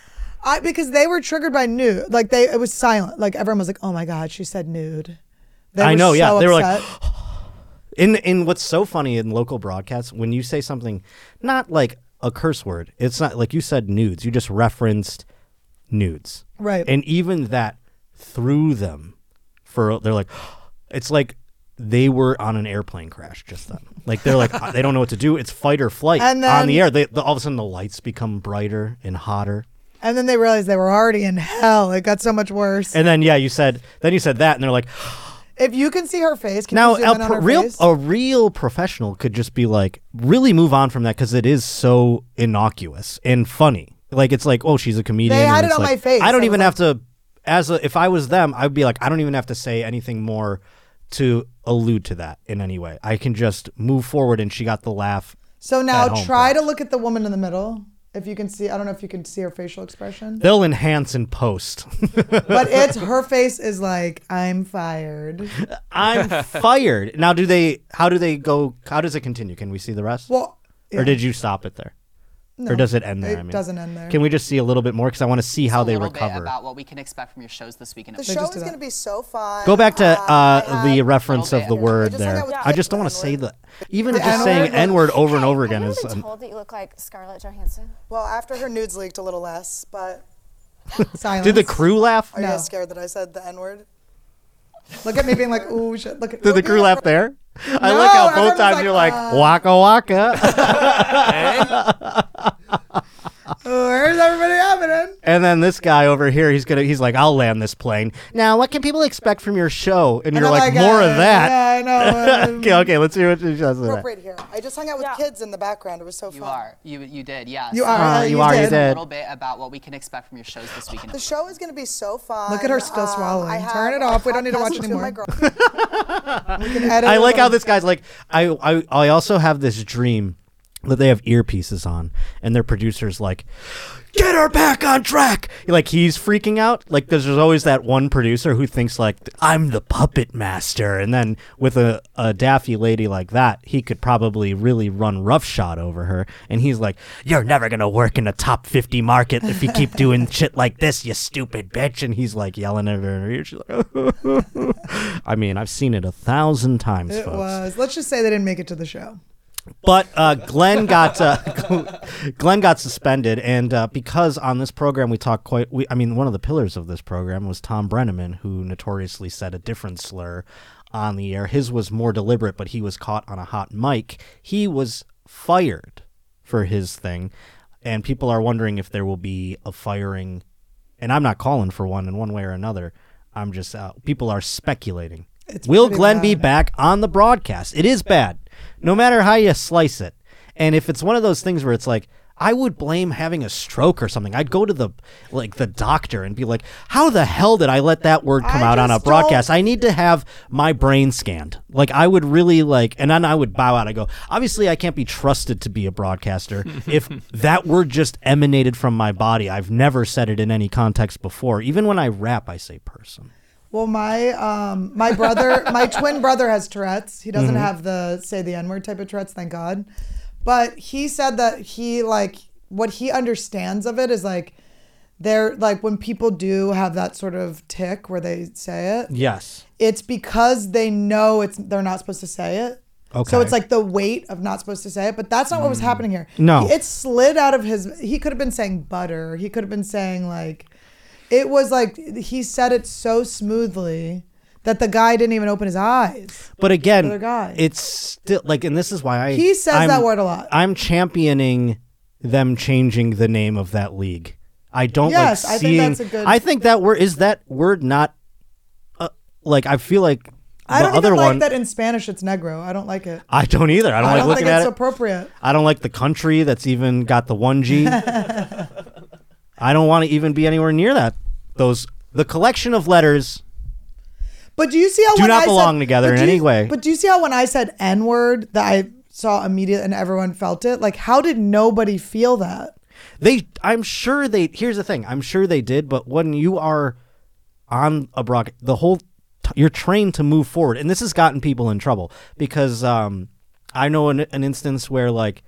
I because they were triggered by nude. Like they, it was silent. Like everyone was like, oh my god, she said nude. They
I
were
know, yeah.
so
They were like,
upset.
In in what's so funny in local broadcasts when you say something, not like a curse word. It's not like you said nudes. You just referenced nudes,
Right.
And even that threw them for. They're like, it's like they were on an airplane crash just then. Like they're like they don't know what to do. It's fight or flight
And
on
then-
the air. They, all of a sudden the lights become brighter and hotter.
and then they realized they were already in hell. It got so much worse.
And then yeah, you said then you said that, and they're like,
if you can see her face, can
now
you zoom in
a
on
pro-
her
real Oh,
face?
a real professional could just be like really move on from that because it is so innocuous and funny like it's like oh she's a comedian
They
and
had it
it's
on
like-
my face.
i don't
I
even
was
have to as a, if i was them i'd be like i don't even have to say anything more to allude to that in any way i can just move forward and she got the laugh
So now
at home,
try to
perhaps.
look at the woman in the middle. If you can see, I don't know if you can see her facial expression,
they'll enhance and post
but it's her face is like, I'm fired.
i'm fired now do they how do they go how does it continue can we see the rest
Well,
or did you stop it there or does it end there
it
I mean?
doesn't end there.
can we just see a little bit more because i want to see how
a
they
little bit
recover
about what we can expect from your shows this week and
The
upcoming.
show
just
is
do that.
going to be so fun.
Go back to
Uh,
uh,
I
the
had-
reference of the
little bit.
word
I just hung
there.
out with
I just don't want to
Kids
say
and
the even just
N-word.
saying n word over and
Hey,
over again
have
is.
you ever been
um,
told that you look like Scarlett Johansson?
Well, after her nudes leaked a little less, but
Silence.
Did the crew laugh?
are you
No.
guys scared that I said the N word?
look at me being like, ooh, shit. Look at
Did the
look
crew
at-
laugh there? I like how both times
everyone's like, uh,
you're like waka waka,
Oh, Where's everybody happening?
and then this guy over here, he's gonna, he's like, I'll land this plane. Now, what can people expect from your show? And you're
And
like,
I'm
more
uh,
of that.
Yeah, I know. um,
Okay, okay, let's hear what she says. to that.
Appropriate here. I just hung out with
Yeah.
kids in the background. It was so fun.
You are. You you did. Yeah.
You
Oh,
So
are,
tell
Uh, you
us
are, you
A
did.
little bit about what we can expect from your shows this week.
The show is going to be so fun. Um,
Look at her still swallowing.
I
Turn
have
it off.
a
We don't need to
podcast
watch
with
anymore.
my girl-
Edit
I
it
like
out.
how this guy's like, I, I, I also have this dream that they have earpieces on, and their producer's like, get her back on track. Like he's freaking out. Like there's, there's always that one producer who thinks like, I'm the puppet master, and then with a, a daffy lady like that, he could probably really run roughshod over her. And he's like, you're never gonna work in a top 50 market if you keep doing shit like this, you stupid bitch. And he's like yelling at her in her ear. She's like, I mean, I've seen it a thousand times,
It
folks.
was. Let's just say they didn't make it to the show.
But uh, Glenn got uh, Glenn got suspended, and uh, because on this program we talk quite, we, I mean, one of the pillars of this program was Tom Brenneman, who notoriously said a different slur on the air. His was more deliberate, but he was caught on a hot mic. He was fired for his thing, and people are wondering if there will be a firing. And I'm not calling for one in one way or another. I'm just uh, people are speculating. Will
pretty
Glenn
bad.
be back on the broadcast? It is bad, no matter how you slice it. And if it's one of those things where it's like, I would blame having a stroke or something. I'd go to the like the doctor and be like, "How the hell did I let that word come
I
out on a
just
broadcast? I need to have my brain scanned." Like I would really like, and then I would bow out. I go, "Obviously, I can't be trusted to be a broadcaster if that word just emanated from my body. I've never said it in any context before. Even when I rap, I say person."
Well, my um, my brother, my twin brother has Tourette's. He doesn't have the say the N word type of Tourette's, thank God. But he said that he like what he understands of it is like they're like when people do have that sort of tick where they say it,
Yes.
it's because they know it's they're not supposed to say it.
Okay. Hmm.
So it's like the weight of not supposed to say it, but that's not what was happening here.
No.
He- it slid out of his. He could have been saying butter. He could have been saying like, it was like he said it so smoothly that the guy didn't even open his eyes.
But again,
other guy.
it's still like, and this is why I
He says
I'm-
that word a lot.
I'm championing them changing the name of that league. I don't
Yes,
like
I think
seeing.
that's a good-
I think that word is that word not uh, like I feel like
I
the
don't
other
even like
one.
that in Spanish. It's negro. I don't like it.
I don't either. I don't
I
like
don't
looking
think it's
at it.
appropriate.
I don't like the country that's even got the one G. I don't want to even be anywhere near that. Those the collection of letters.
But do you see how
Do
when
not
I said-
belong together
but
in
do you-
any way.
But do you see how when I said N word that I saw immediate and everyone felt it? Like how did nobody feel that?
They, I'm sure they. Here's the thing. I'm sure they did. But when you are on a broad, the whole t- you're trained to move forward, and this has gotten people in trouble because um, I know an, an instance where like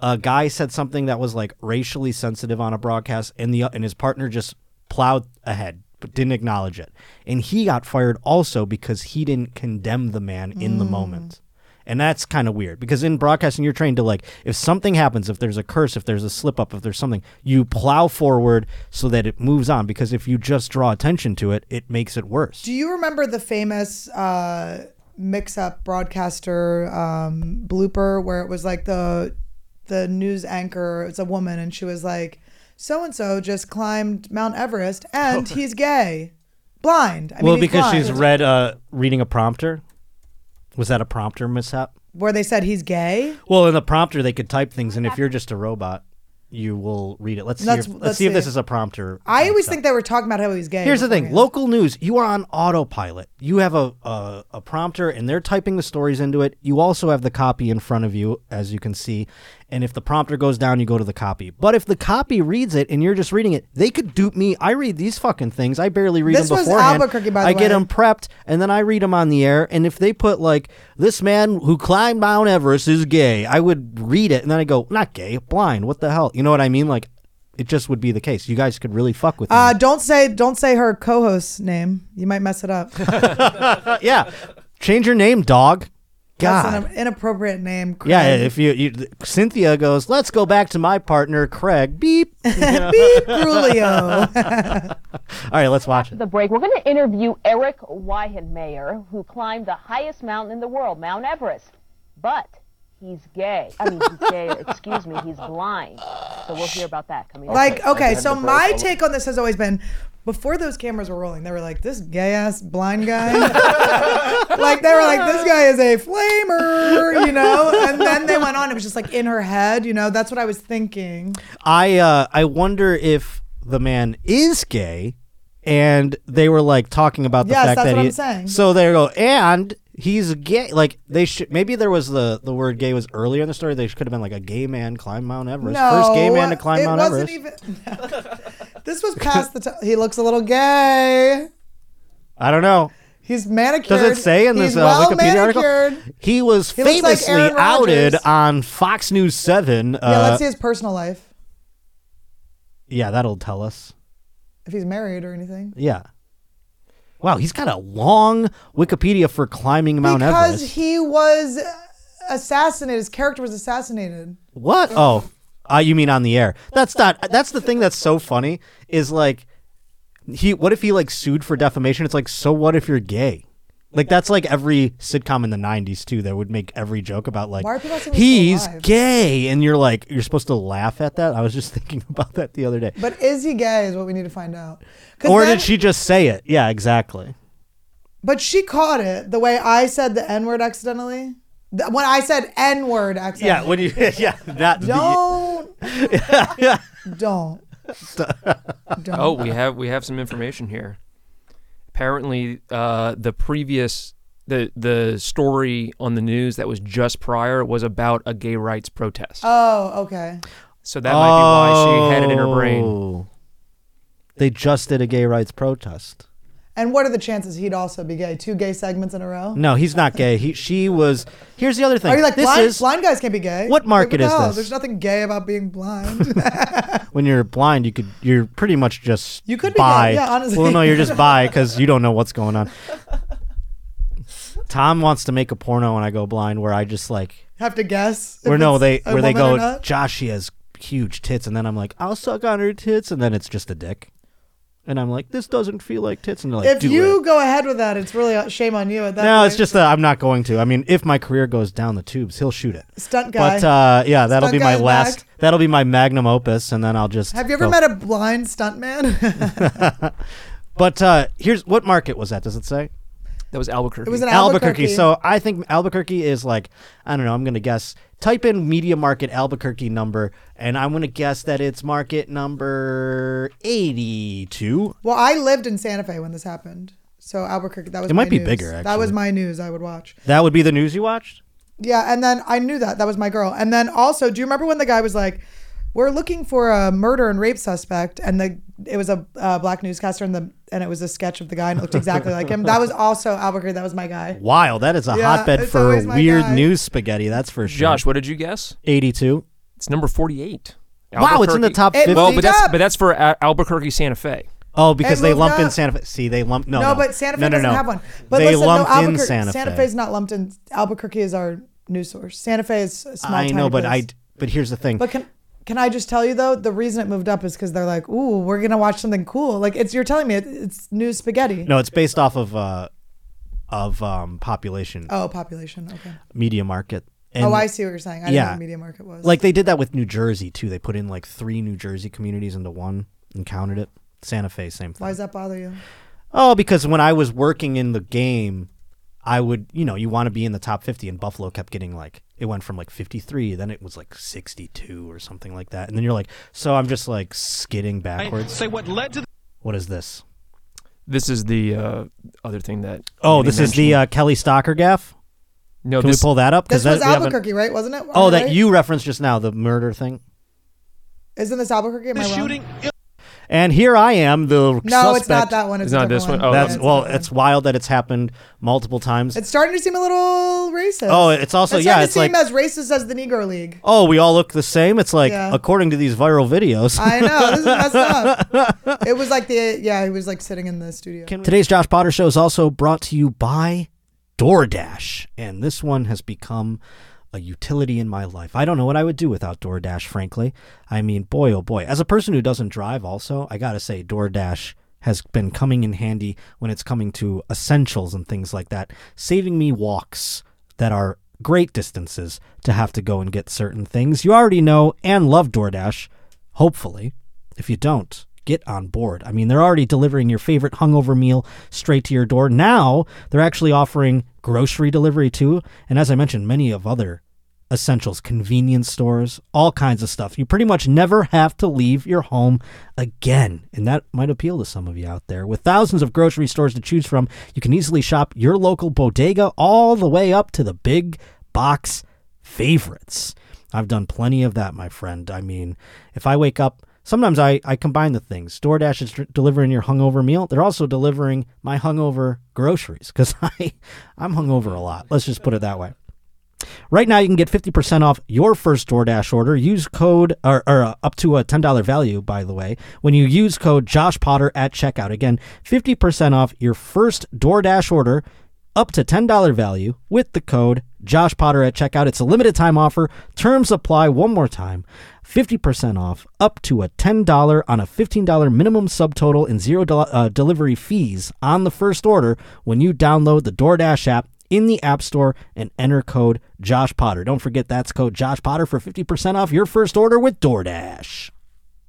a guy said something that was like racially sensitive on a broadcast, and the and his partner just plowed ahead but didn't acknowledge it, and he got fired also because he didn't condemn the man in the moment. And that's kind of weird because in broadcasting, you're trained to like, if something happens, if there's a curse, if there's a slip up, if there's something, you plow forward so that it moves on. Because if you just draw attention to it, it makes it worse.
Do you remember the famous uh, mix-up broadcaster um, blooper where it was like the the news anchor? It's a woman, and she was like, "So and so just climbed Mount Everest, and he's gay, blind." I
Oh.
mean,
well,
he's
because
blind.
she's read, uh, reading a prompter. Was that a prompter mishap?
where they said he's gay.
Well, in the prompter, they could type things, and if you're just a robot, you will read it. Let's see. If,
Let's-
let's,
let's
see, if this
see.
is a prompter.
I always
mix-up.
think they were talking about how he's gay.
Here's the thing:
beforehand.
local news. You are on autopilot. You have a, a a prompter, and they're typing the stories into it. You also have the copy in front of you, as you can see. And if the prompter goes down, you go to the copy. But if the copy reads it and you're just reading it, they could dupe me. I read these fucking things. I barely read
This
them
was
beforehand.
Albuquerque, by the
I get
way.
them prepped, and then I read them on the air. And if they put like this man who climbed Mount Everest is gay, I would read it, and then I go, not gay, blind. What the hell? You know what I mean? Like. It just would be the case. You guys could really fuck with me.
Uh, don't say don't say her co-host's name. You might mess it up.
yeah. Change your name, dog.
That's an
God.
inappropriate name. Craig.
Yeah, if you, you Cynthia goes, let's go back to my partner, Craig. Beep. All
Beep, Grulio.
right, let's watch it.
the break, we're going to interview Eric Weihenmayer, who climbed the highest mountain in the world, Mount Everest. But he's gay. I mean, he's gay. Excuse me, he's blind. So we'll hear about that coming up.
Like, okay, so my take on this has always been before those cameras were rolling, they were like, this gay ass blind guy. like, they were like, this guy is a flamer, you know? And then they went on. It was just like in her head, you know? That's what I was thinking.
I uh, I wonder if the man is gay, and they were like talking about the
Yes,
fact
that's
that
what
he.
I'm saying.
So they go and he's gay. Like they should maybe there was the the word gay was earlier in the story. They could have been like a gay man climbed Mount Everest. First gay man to climb
it
Mount
wasn't
Everest.
even. this was past the time. He looks a little gay.
I don't know.
He's manicured.
Does it say in this
He's
uh,
well
Wikipedia
manicured.
article? He was
He looks like
famously
Aaron
outed
Rodgers.
on Fox News 7. Uh,
Yeah, let's see his personal life.
yeah, that'll tell us.
If he's married or anything.
Yeah. Wow, he's got a long Wikipedia for climbing Mount
because
Everest.
he was assassinated. His character was assassinated.
What? Oh, uh, you mean on the air? That's not. That's the thing that's so funny is like, he. What if he like sued for defamation? It's like, so what if you're gay? Like that's like every sitcom in the '90s too that would make every joke about like
Why are people saying he's
he's
still alive?
gay, and you're like you're supposed to laugh at that. I was just thinking about that the other day.
But is he gay? Is what we need to find out. 'Cause
Or
then-
did she just say it? Yeah, exactly.
But she caught it the way I said the N word accidentally. Th- When I said N word
Yeah,
accidentally.
when you yeah that
Don't. don't. don't.
Oh, we have we have some information here. Apparently, uh, the previous the the story on the news that was just prior was about a gay rights protest.
Oh, okay.
so that might be why she had it in her brain.
Oh. They just did a gay rights protest.
And what are the chances he'd also be gay? Two gay segments in a row?
No, he's not gay. He she was. Here's the other thing.
Are you like
this
blind?
is
blind guys can't be gay.
What market
Like,
is
no,
this?
There's nothing gay about being blind.
when you're blind, you could you're pretty much just
You could be gay,
bi.
yeah, honestly.
Well, no, you're just bi because you don't know what's going on. Tom wants to make a porno when I go blind, where I just like,
have to guess. if
where no,
it's
they
a
where they
woman
go,
or not?
Josh, she has huge tits, and then I'm like, I'll suck on her tits, and then it's just a dick, and I'm like, this doesn't feel like tits, and they're like,
If
do
you
it.
go ahead with that, it's really a shame on you at that
No, it's
point.
just that I'm not going to. I mean, if my career goes down the tubes, he'll shoot it.
Stunt guy.
But uh, yeah, that'll
Stunt
be my
guy's
last.
back.
That'll be my magnum opus, and then I'll just.
Have you ever
go.
met a blind stuntman?
But uh, here's what market was that? Does it say
That was Albuquerque.
it was an
Albuquerque? So I think Albuquerque is like I don't know. I'm gonna guess. Type in media market Albuquerque number, and I'm gonna guess that it's market number eighty-two.
Well, I lived in Santa Fe when this happened. So Albuquerque, that was
It
my
might be
news.
bigger,
That was
actually.
my news I would watch.
That would be the news you watched.
Yeah, and then I knew that that was my girl. And then also, do you remember when the guy was like, "We're looking for a murder and rape suspect," and the it was a uh, black newscaster and the and it was a sketch of the guy and it looked exactly like him. That was also Albuquerque. That was my guy.
Wow, that is a
Yeah,
hotbed
it's
for
always my
weird
guy.
news spaghetti. That's for sure.
Josh, what did you guess?
eighty-two.
It's number forty-eight.
Wow, it's in the
Albuquerque.
top
It-
fifty.
Well, but
Moved
that's
up.
but that's for Al- Albuquerque, Santa Fe.
Oh, because
It
they
moved
lump in
up.
Santa Fe. See, they lump no,
No,
Oh, no,
but Santa Fe
no, no,
doesn't
no.
have one. But
they
listen,
lumped
no,
in
Albuquerque,
Santa, Fe.
Fe's not lumped in. Albuquerque is our news source. Santa Fe is a small.
I
tiny
know, but
place.
I. But here's the thing.
But can can I just tell you though? The reason it moved up is because they're like, "Ooh, we're gonna watch something cool." Like it's you're telling me it, it's new spaghetti.
No, it's based off of uh, of um, population
Oh, population. Okay.
media market. And
oh, I see what you're saying. I didn't know
yeah.
what media market was.
Like they did that with New Jersey too. They put in like three New Jersey communities into one and counted it. Santa Fe, same thing.
why does that bother you?
Oh, because when I was working in the game, I would, you know, you want to be in the top 50, and Buffalo kept getting like, it went from like 53, then it was like 62 or something like that. And then you're like, so I'm just like skidding backwards. say what led to What is this?
This is the uh, other thing that.
Oh,
Andy
this is the
mentioned.
uh, Kelly Stocker gaff.
no.
Can
This,
we pull that up?
This
that,
was
we haven't-
Albuquerque, right? Wasn't it? Am
Oh,
I
that
right?
you referenced just now, the murder thing.
isn't this Albuquerque? Am I wrong?
And here I am, the
No, it's not
suspect.
that one. It's,
It's not
a different
this one? Oh,
Yeah,
That's
it's a
well,
different
it's
one.
wild that it's happened multiple times.
It's starting to seem a little racist.
Oh, it's also- yeah,
starting
it's
to seem
like-
as racist as the Negro League.
oh, we all look the same. It's like
Yeah.
according to these viral videos.
I know this is messed up. It was like the yeah, he was like sitting in the studio.
Today's Josh Potter Show is also brought to you by DoorDash. And this one has become a utility in my life. I don't know what I would do without DoorDash, frankly. I mean, boy, oh boy. As a person who doesn't drive, also, I got to say, DoorDash has been coming in handy when it's coming to essentials and things like that, saving me walks that are great distances to have to go and get certain things. You already know and love DoorDash, hopefully. If you don't, get on board. I mean, they're already delivering your favorite hungover meal straight to your door. Now, they're actually offering grocery delivery too. And as I mentioned, many of other essentials, convenience stores, all kinds of stuff. You pretty much never have to leave your home again. And that might appeal to some of you out there. With thousands of grocery stores to choose from, you can easily shop your local bodega all the way up to the big box favorites. I've done plenty of that, my friend. I mean, if I wake up, sometimes I, I combine the things. DoorDash is dr- delivering your hungover meal. They're also delivering my hungover groceries because I'm hungover a lot. Let's just put it that way. Right now, you can get 50% off your first DoorDash order. Use code, or, or uh, up to a $10 value, by the way, when you use code Josh Potter at checkout. Again, 50% off your first DoorDash order, up to $10 value, with the code Josh Potter at checkout. It's a limited time offer. Terms apply one more time. 50% off up to a $10 on a $15 minimum subtotal and zero del- uh, delivery fees on the first order when you download the DoorDash app in the App Store and enter code Josh Potter. Don't forget that's code Josh Potter for 50% off your first order with DoorDash.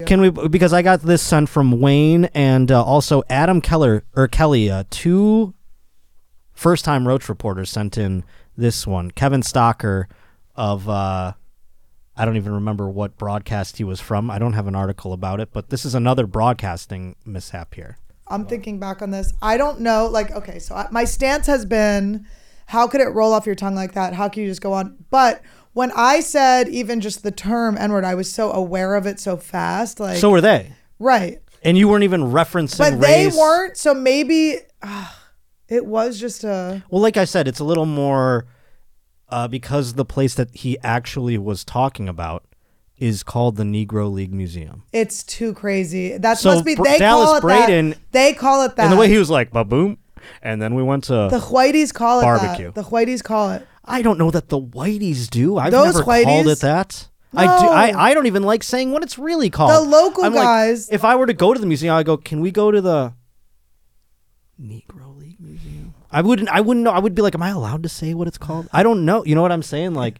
Can we? Because I got this sent from Wayne and uh, also Adam Keller or Kelly, uh, two first-time Roach reporters sent in this one. Kevin Stocker of uh, I don't even remember what broadcast he was from. I don't have an article about it, but this is another broadcasting mishap here.
I'm thinking back on this. I don't know. Like, okay, so I, my stance has been, how could it roll off your tongue like that? How can you just go on? But when I said even just the term N word, I was so aware of it so fast. Like,
So were they,
right?
and you weren't even referencing.
But they
race.
weren't. So maybe ah, it was just a.
Well, like I said, it's a little more uh, because the place that he actually was talking about is called the Negro League Museum.
It's too crazy. That
So
must be
Br-
they
Dallas
call it
Braden-
that. They call it that.
And the way he was like, ba boom. And then we went to.
Ah. the whiteys call it
Barbecue.
That. The whiteys call it.
I don't know that the whiteys do. I've
Those
never called
whiteys?
it that. I do.
No.
I, I don't even like saying what it's really called.
The local
like,
guys-
if I were to go to the museum, I'd go. Can we go to the Negro League Museum? I wouldn't. I wouldn't know. I would be like, am I allowed to say what it's called? I don't know. You know what I'm saying? Like,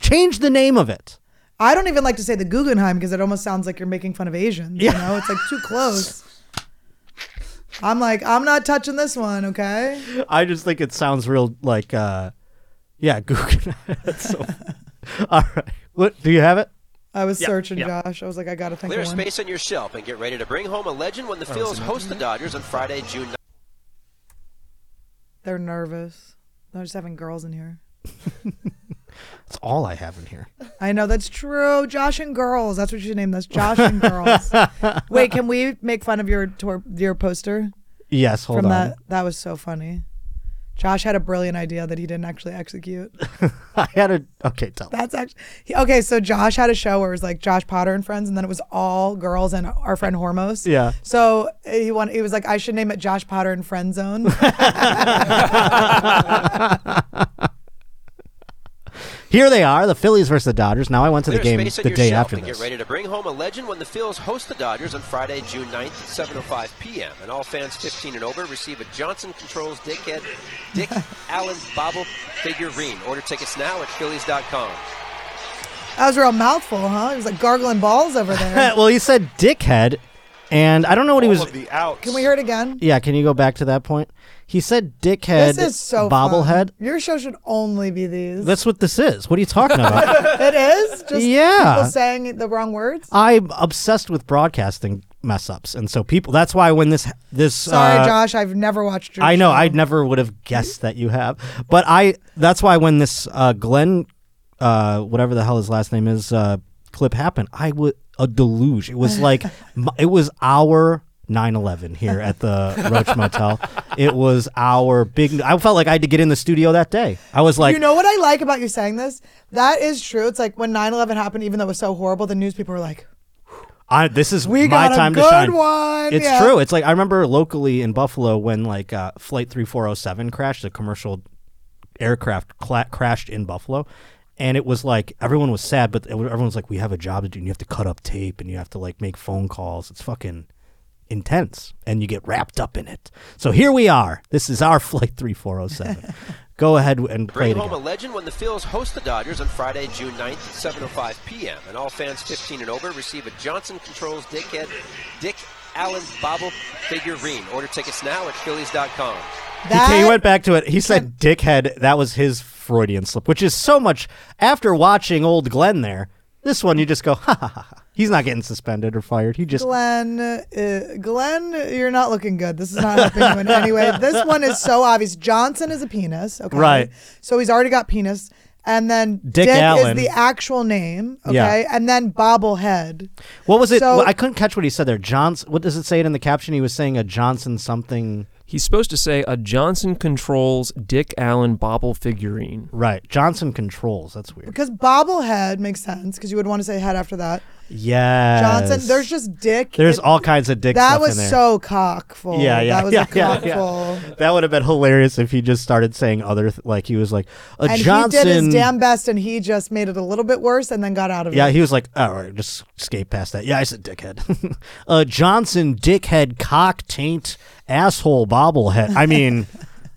change the name of it.
I don't even like to say the Guggenheim because it almost sounds like you're making fun of Asians.
Yeah.
You know, it's like too close. I'm like, I'm not touching this one, okay?
I just think it sounds real like uh yeah, Guggenheim. That's so All right. What do you have it?
I was searching Josh. I was like, I gotta think
Clear
of one.
space on your shelf and get ready to bring home a legend when the
Oh,
Phils host the Dodgers on Friday, June
They're nervous. They're just having girls in here.
That's all I have in here.
I know that's true. Josh and girls. That's what you should name this. Josh and girls. Wait, can we make fun of your tour, your poster
Yes, hold
from
on.
that? That was so funny. Josh had a brilliant idea that he didn't actually execute.
I had a Okay, tell.
That's actually he- okay. So Josh had a show where it was like Josh Potter and friends, and then it was all girls and our friend Hormos.
Yeah.
So eh, he wanted. He was like, I should name it Josh Potter and Friend Zone.
Here they are, the Phillies versus the Dodgers. Now I went to the
Clear
game
space on
the
your
day
shelf
after
and
this.
Get ready to bring home a legend when the Phils host the Dodgers on Friday, June 9th at 7.05 p.m. And all fans 15 and over receive a Johnson Controls Dickhead Dick Allen Bobble figurine. Order tickets now at Phillies.com.
that was a real mouthful, huh? He was like gargling balls over there.
well, he said dickhead and I don't know what he was
Can we hear it again?
Yeah, can you go back to that point? He said dickhead
This is so fun.
bobblehead.
Your show should only be these.
That's what this is. What are you talking about?
it is just
Yeah. Uh,
people saying the wrong words.
I'm obsessed with broadcasting mess ups. And so people that's why when this this
Sorry,
uh,
Josh. I've never watched your.
I know.
show.
I never would have guessed that you have, but I. That's why when this uh, Glenn, uh, whatever the hell his last name is, uh, clip happened, I was a deluge. It was like m- it was our 9/11 here at the Roach Motel. It was our big. I felt like I had to get in the studio that day. I was like,
you know what I like about you saying this? That is true. It's like when 9/11 happened, even though it was so horrible, the news people were like,
I, this is
We
my
got a
time to
good
shine.
one,
It's
yeah.
true. It's like I remember locally in Buffalo when like uh, flight 3407 crashed, a commercial aircraft cla- crashed in Buffalo. And it was like everyone was sad, but everyone's like, "We have a job to do, and you have to cut up tape, and you have to like make phone calls. It's fucking intense, and you get wrapped up in it." So here we are. This is our flight three four zero seven. Go ahead and play
Bring
it
home
again.
a legend when the Phils host the Dodgers on Friday, June 9th at 7.05 p.m. And all fans 15 and over receive a Johnson Controls Dickhead Dick Allen Bobble figurine. Order tickets now at Phillies.com.
"That."
he went back to it. He said dickhead. That was his Freudian slip, which is so much. After watching old Glenn there, this one you just go, ha ha ha. ha. He's not getting suspended or fired. He just.
Glenn, uh, Glenn, you're not looking good. This is not helping you in any way. This one is so obvious. Johnson is a penis, okay?
Right.
So he's already got penis, and then
Dick
Dick,
Allen.
is the actual name, okay?
Yeah.
And then bobblehead.
What was it?
So-
well, I couldn't catch what he said there. Johnson. What does it say it in the caption? He was saying a Johnson something.
He's supposed to say a Johnson Controls Dick Allen Bobble figurine.
Right. Johnson controls. That's weird.
Because bobblehead makes sense because you would want to say head after that.
Yes.
Johnson, there's just dick.
There's
It-
all kinds of dick
That
stuff
was
in there.
so cockful.
Yeah, yeah,
That was
yeah,
a
yeah, yeah.
cockful.
That would have been hilarious if he just started saying other th- like he was like a
and
Johnson.
he did his damn best, and he just made it a little bit worse, and then got out of
yeah,
it.
he was like, all right, just skate past that. Yeah, I said dickhead. uh, Johnson, dickhead, cock, taint, asshole, bobblehead. I mean,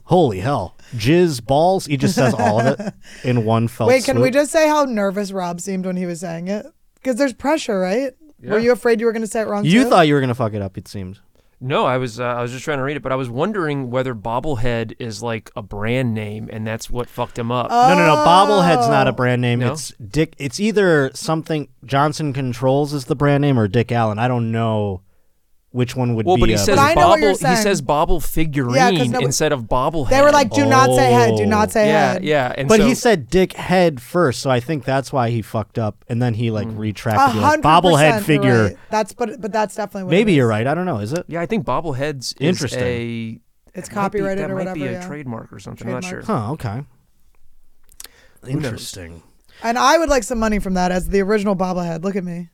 holy hell, jizz, balls. He just says all of it in one fell
Wait, can we
swoop.
just say how nervous Rob seemed when he was saying it? Because there's pressure, right? Were you afraid you were going to say it wrong?
You
too?
thought you were gonna fuck it up. It seemed.
No, I was uh, I was just trying to read it, but I was wondering whether bobblehead is like a brand name, and that's what fucked him up.
Uh, Oh.
No, no, no. Bobblehead's not a brand name.
No?
It's Dick. It's either something Johnson Controls is the brand name or Dick Allen. I don't know which one would
Well,
be.
but he
a-
says
I know what you're
bobble. He
saying.
says bobble figurine
'cause no-
instead of bobblehead.
They were like, uh, do not say head. Do
Oh.
not say
yeah,
head.
yeah. And
but
so,
he said Dick Head first, so I think that's why he fucked up, and then he like
A
retracted. he Like,
hundred
bobblehead
percent, you're
figure.
right. That's but but that's definitely what it
Maybe
is.
you're right. I don't know. Is it?
yeah, I think bobbleheads is
Interesting.
a
It's
that might be-
copyrighted
that
or
might be
whatever,
a
yeah.
trademark or something. I'm not
Trademark.
sure.
Huh. Okay.
knows?
Interesting.
And I would like some money from that as the original bobblehead. Look at me.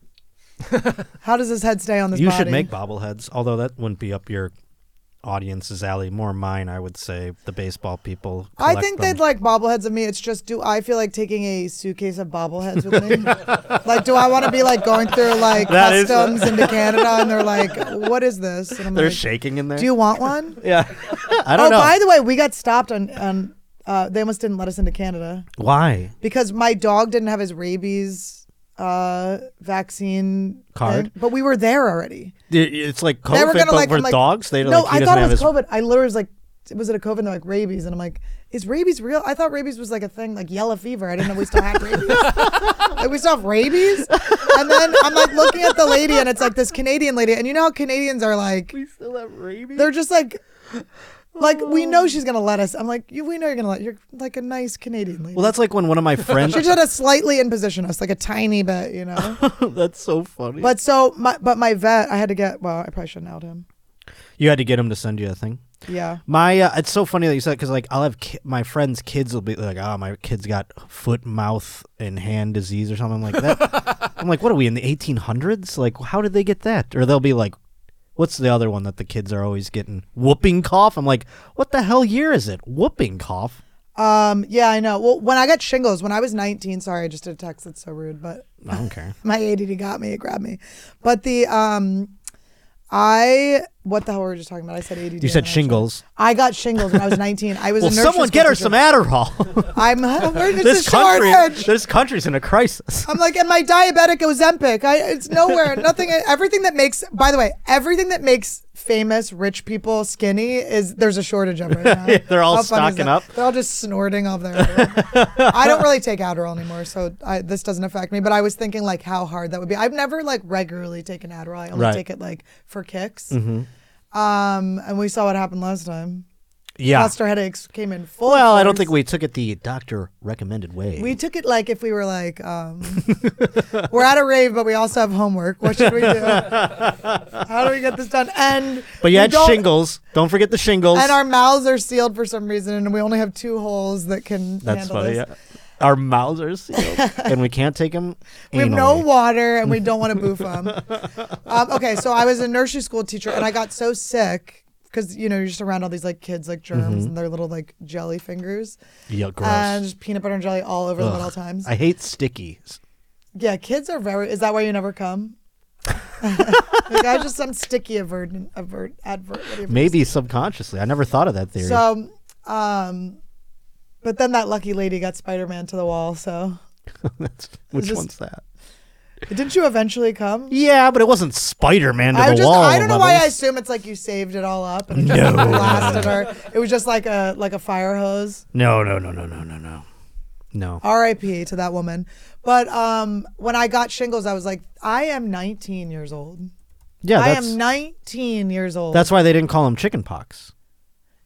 How does his head stay on this
You
body?
should make bobbleheads, although that wouldn't be up your audience's alley. More mine, I would say. The baseball people.
I
collect
think
them.
they'd like bobbleheads of me. It's just, do I feel like taking a suitcase of bobbleheads with me? like, do I want to be like going through like
That is-
customs into Canada and they're like, what is this? And I'm
They're
like,
shaking in there.
do you want one?
yeah. I don't
oh,
know.
by the way, we got stopped on, on uh, they almost didn't let us into Canada
Why?
because my dog didn't have his rabies uh, vaccine
Card?
thing, but we were there already.
It's like COVID,
they were gonna
but
like
for
I'm like,
dogs. They
no,
like, he
I
doesn't
thought it
have
was
his-
COVID. I literally was like, was it a COVID? And they're like rabies, and I'm like, is rabies real? I thought rabies was like a thing, like yellow fever. I didn't know we still had rabies. like we still have rabies. And then I'm like looking at the lady, and it's like this Canadian lady, and you know how Canadians are like, we still have rabies. They're just like. Like we
Oh.
know she's gonna let us. I'm like, you, we know you're gonna let. You're like a nice Canadian lady.
Well, that's like when one of my friends.
she just had to slightly in position us, like a tiny bit, you know.
that's so funny.
but so, my but my vet, I had to get. Well, I probably shouldn't out him.
you had to get him to send you a thing.
Yeah.
My, uh, it's so funny that you said because like I'll have ki- my friends' kids will be like, oh, my kid's got foot, mouth, and hand disease or something like that. I'm like, what are we in the 1800s? Like, how did they get that? Or they'll be like, what's the other one that the kids are always getting? Whooping cough. I'm like, what the hell year is it? Whooping cough.
Um, yeah, I know. Well, when I got shingles, when I was 19, sorry, I just did a text. It's so rude, but
I don't care.
my ADD got me. It grabbed me. But the, um, I, what the hell were we just talking about? I said ADD.
You
and
said
I-
shingles.
I got shingles when I was 19. I was
Well,
a nursery
someone
school
get her
teacher.
some Adderall.
I'm, we're just
this
a
country,
shortage.
this country's in a crisis.
I'm like, and my diabetic Ozempic. I it's nowhere. Nothing. Everything that makes. By the way, everything that makes famous rich people skinny is there's a shortage of right now.
Yeah, they're all
How fun is
stocking
that?
up.
They're all just snorting off their. Adderall. I don't really take Adderall anymore, so I, this doesn't affect me. But I was thinking like how hard that would be. I've never like regularly taken Adderall. I only
Right. Mm-hmm.
take it like for kicks. Um, and we saw what happened last time.
Yeah.
Cluster headaches came in full.
Well, I don't
force.
think we took it the doctor recommended way.
We took it like if we were like, um, we're at a rave, but we also have homework. What should we do? How do we get this done? And
but you
we
had
don't-
shingles. Don't forget the shingles.
And our mouths are sealed for some reason, and we only have two holes that can.
That's
handle
funny.
This.
Yeah. Our mouths are sealed, and we can't take them.
We have no water, and we don't want to boof them. um, okay, so I was a nursery school teacher, and I got so sick because you know you're just around all these like kids like germs and their little like jelly fingers
Yeah, Mm-hmm. gross.
and just peanut butter and jelly all over them at
Ugh.
all times.
I hate sticky.
Yeah, kids are very. Is that why you never come? like I just I'm sticky avert avert advert. what do you-
Maybe subconsciously, I never thought of that theory.
So, um, but then that lucky lady got Spider Man to the wall. So
That's- which
just-
one's that?
didn't you eventually come?
Yeah, but it wasn't Spider-Man to
I
the
just
wall.
I don't know why I
levels.
assume it's like you saved it all up and it just
No.
blasted her. It was just like a like a fire hose.
No, no, no, no, no, no, no,
Uh,
no.
R.I.P. to that woman. But um, when I got shingles, I was like, I am 19 years old.
Yeah,
I
that's
am 19 years old.
that's why they didn't call him chickenpox.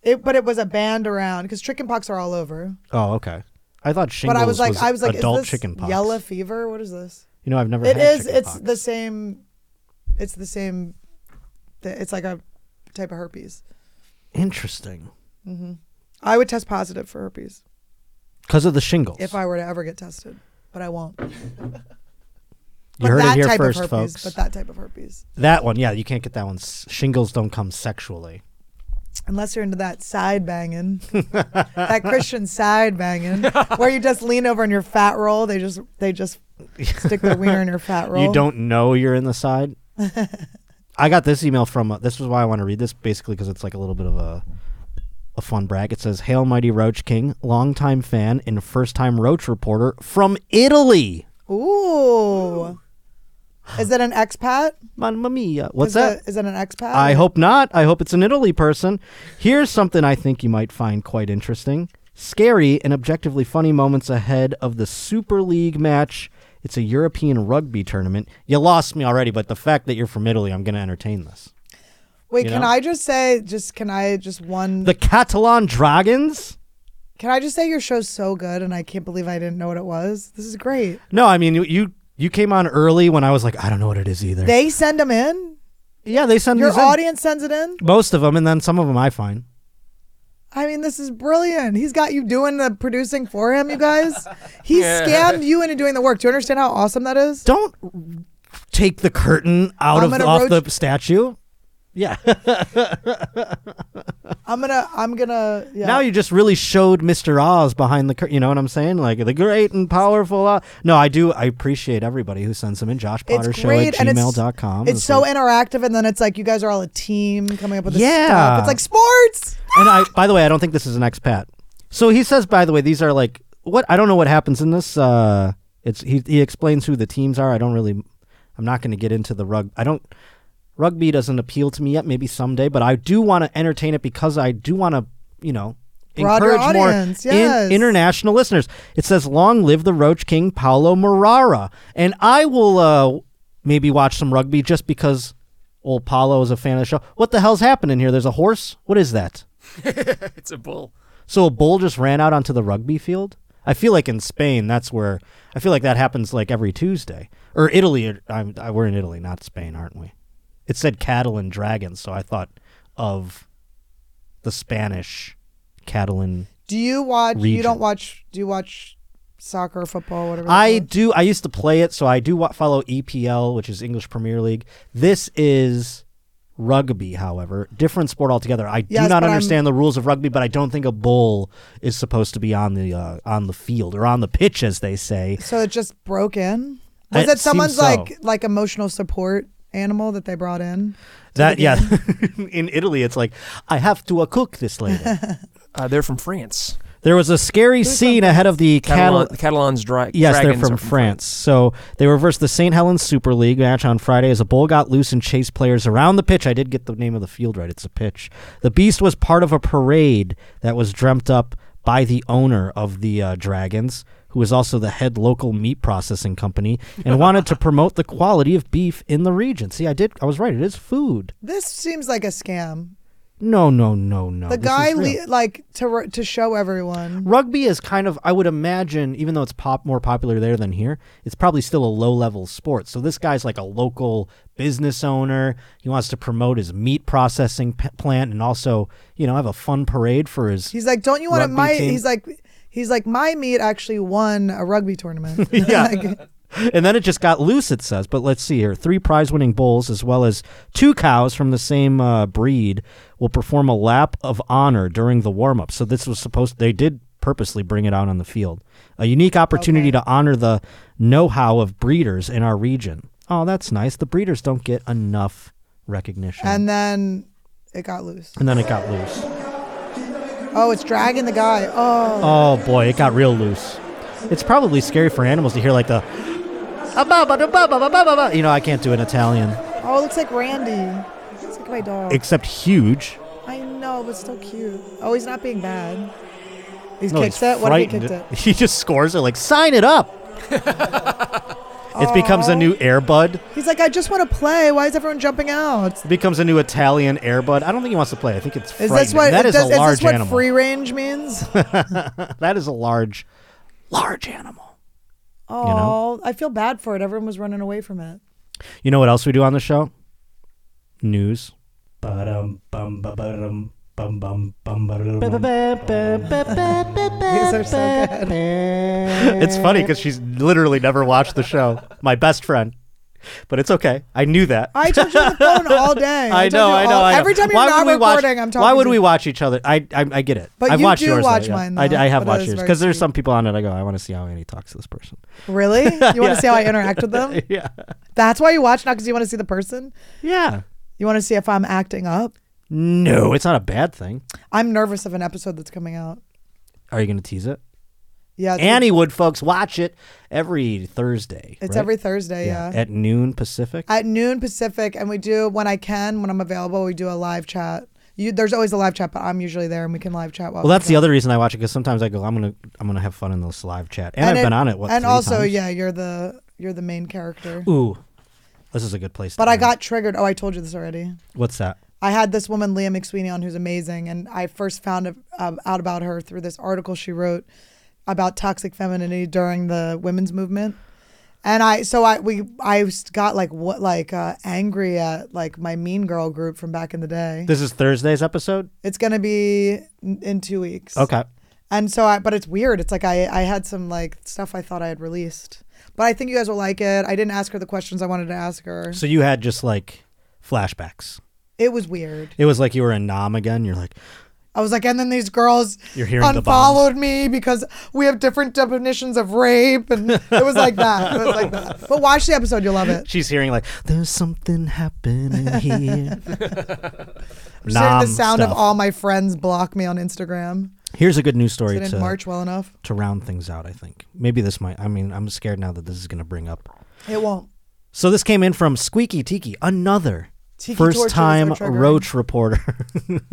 It, but it was a band around because chicken pox are all over.
Oh, okay. I thought shingles
But I was like, I was like,
adult
is this
chickenpox.
yellow fever? What is this?
You know, I've never.
It
had
is. It's
chickenpox.
the same. It's the same. th- It's like a type of herpes.
interesting
I would test positive for herpes
because of the shingles.
if I were to ever get tested, but I won't.
You heard it
that
here
type
first,
of herpes,
folks.
But that type of herpes.
That one, yeah, you can't get that one. S- Shingles don't come sexually.
Unless you're into that side banging, that Christian side banging, where you just lean over in your fat roll. They just they just stick their wiener in your fat roll.
You don't know you're in the side. I got this email from. Uh, this is why I want to read this, basically, because it's like a little bit of a a fun brag. It says, "Hail mighty Roach King, longtime fan and first time Roach reporter from Italy."
Ooh. Is it an expat?
Mamma mia. What's
is
that?
It, is it an expat?
I hope not. I hope it's an Italy person. Here's something I think you might find quite interesting. Scary and objectively funny moments ahead of the Super League match. It's a European rugby tournament. You lost me already, but the fact that you're from Italy, I'm going to entertain this.
Wait,
you
can
know?
I just say, just can I just one?
The Catalan Dragons?
can I just say your show's so good, and I can't believe I didn't know what it was. This is great.
No, I mean you- you you came on early when I was like, I don't know what it is either.
They send them in.
yeah, they send
Your
these in.
audience sends it in.
most of them, and then some of them I find.
I mean, this is brilliant. He's got you doing the producing for him, you guys. He
Yeah.
scammed you into doing the work. Do you understand how awesome that is?
Don't Take the curtain out
I'm
of
gonna
off
roach-
the statue. Yeah.
I'm gonna. I'm gonna. Yeah.
Now you just really showed Mr. Oz behind the curtain. You know what I'm saying? Like the great and powerful. Oz. No, I do. I appreciate everybody who sends them in. Josh Potter
it's
Show
great
at
and
gmail
it's,
dot com.
it's so interactive and then it's like you guys are all a team coming up with this
Yeah.
stuff it's like sports
and I, by the way, I don't think this is an expat. So he says, by the way, these are like what I don't know what happens in this. Uh, it's he he explains who the teams are. I don't really. I'm not going to get into the rug. I don't. Rugby doesn't appeal to me yet. Maybe someday, but I do want to entertain it because I do want to. You know.
Broader
encourage more
audience,
in-
yes.
international listeners. It says, "Long live the Roach King, Paulo Morara." And I will uh, maybe watch some rugby just because old Paulo is a fan of the show. What the hell's happening here? There's a horse. What is that?
it's a bull.
So a bull just ran out onto the rugby field? I feel like in Spain, that's where I feel like that happens like every Tuesday. Or Italy, uh, I'm, I, we're in Italy, not Spain, aren't we? It said Catalan dragons, so I thought of the Spanish Catalan.
do you watch you
Region.
don't watch do you watch soccer or football whatever it's
I
called?
do, I used to play it, so I do wa- follow EPL, which is English Premier League. This is rugby, however, different sport altogether. I do
Yes,
not
but I'm-
understand the rules of rugby, but I don't think a bull is supposed to be on the uh, on the field or on the pitch, as they say.
so it just broke in was
It
it, someone's
seems so.
like like emotional support animal that they brought in
That yeah, in Italy it's like I have to uh, cook this later.
Uh, they're from France.
there was a scary scene ahead of the Catalan.
Catalan, Catalans dry.
Yes, they're
dragons
from,
are
France. So they reversed the St. Helens Super League match on Friday as a bull got loose and chased players around the pitch. I did get the name of the field right. It's a pitch. The beast was part of a parade that was dreamt up by the owner of the uh, Dragons, who is also the head local meat processing company, and wanted to promote the quality of beef in the region. See, I did. I was right. It is food.
this seems like a scam
No, no, no, no.
the
Oh, This is
guy
real.
le- like to r- to show everyone
Rugby is kind of, I would imagine, even though it's pop more popular there than here, it's probably still a low level sport. So this guy's like a local business owner. He wants to promote his meat processing p- plant and also, you know, have a fun parade for his.
he's like don't you want to
Rugby
my
team.
he's like he's like my meat actually won a rugby tournament
yeah.
Like,
and then it just got loose, it says. But let's see here. Three prize winning bulls, as well as two cows from the same uh, breed, will perform a lap of honor during the warm up. So this was supposed, they did purposely bring it out on the field. A unique opportunity to honor the know how of breeders in our region. Oh, that's nice. The breeders don't get enough recognition.
and then it got loose
And then it got loose.
oh it's dragging the guy oh
Oh boy, it got real loose. It's probably scary for animals to hear like the. "Ah, ba, ba, da, ba, ba, ba, ba, ba, ba." You know, I can't do an Italian.
oh it looks like randy it's like my dog
except huge.
I know, but still cute. Oh, he's not being bad. He's
No,
kicked
he's
it. What if he
frightened.
kicked it?
He just scores it like sign it up. it becomes a new Airbud.
He's like, I just want to play. Why is everyone jumping out?
It becomes a new Italian Airbud. I don't think he wants to play. I think it's
Is
frightening.
this what
that is
does-
a large
this what
animal.
free range means?
that is a large, large animal.
Oh, I feel bad for it. Everyone was running away from it.
You know what else we do on the show? News.
Ba-dum, bum, ba-ba-dum, bum, bum, bum,
These are so good.
It's funny because she's literally never watched the show. My best friend. but it's okay. I knew that.
I told you on the phone all day.
I, know,
told you
I know,
all-
I know.
Every time you're
why
not
would we watch-
recording, I'm talking.
Why would
to
we
you.
watch each other? I I, I, get it.
But
I've
you
watched
do
yours. though,
watch
yeah.
mine,
I,
though,
I have
but it
watched
is
yours
very
because there's some people on it. I go, I want to see how Annie talks to this person.
Really? You want
Yeah.
to see how I interact with them?
yeah.
That's why you watch not because you want to see the person.
Yeah.
You want to see if I'm acting up.
No, it's not a bad thing.
I'm nervous of an episode that's coming out.
Are you going to tease it?
Yeah, it's-
Annie Wood, folks, watch it every Thursday.
It's
right?
every Thursday, yeah.
At noon Pacific.
At noon Pacific, and we do when I can, when I'm available, we do a live chat. You, there's always a live chat, but I'm usually there, and we can live chat. While
Well, that's
we're
the
done.
other reason I watch it because sometimes I go, I'm gonna, I'm gonna have fun in this live chat, and, I've
it-
been on it. What?
and
three
also,
times?
yeah, you're the you're the main character.
Ooh, this is a good place.
But
to
I
end.
got triggered. Oh, I told you this already.
What's that?
I had this woman, Leah McSweeney, on who's amazing, and I first found uh, um, out about her through this article she wrote about toxic femininity during the women's movement. And I, so I, we, I got like what, like uh, angry at like my Mean Girl group from back in the day.
This is Thursday's episode.
It's gonna be n- in two weeks.
Okay.
And so, I, but it's weird. It's like I, I had some like stuff I thought I had released, but I think you guys will like it. I didn't ask her the questions I wanted to ask her.
So you had just like flashbacks.
it was weird.
It was like you were in Nam again. You're like,
I was like, and then these girls
You're hearing the
unfollowed me because we have different definitions of rape, and it was like that. It was like that. But watch the episode; you'll love it.
she's hearing like, there's something happening here.
I'm just hearing the
Nom
sound of
stuff.
all my friends block me on Instagram.
Here's a good news
So
story
they didn't
to
march well enough.
to round things out. I think maybe this might. I mean, I'm scared now that this is gonna bring up
It won't.
So this came in from Squeaky Tiki, another
Tiki torture
first
is so
time
triggering.
Roach reporter.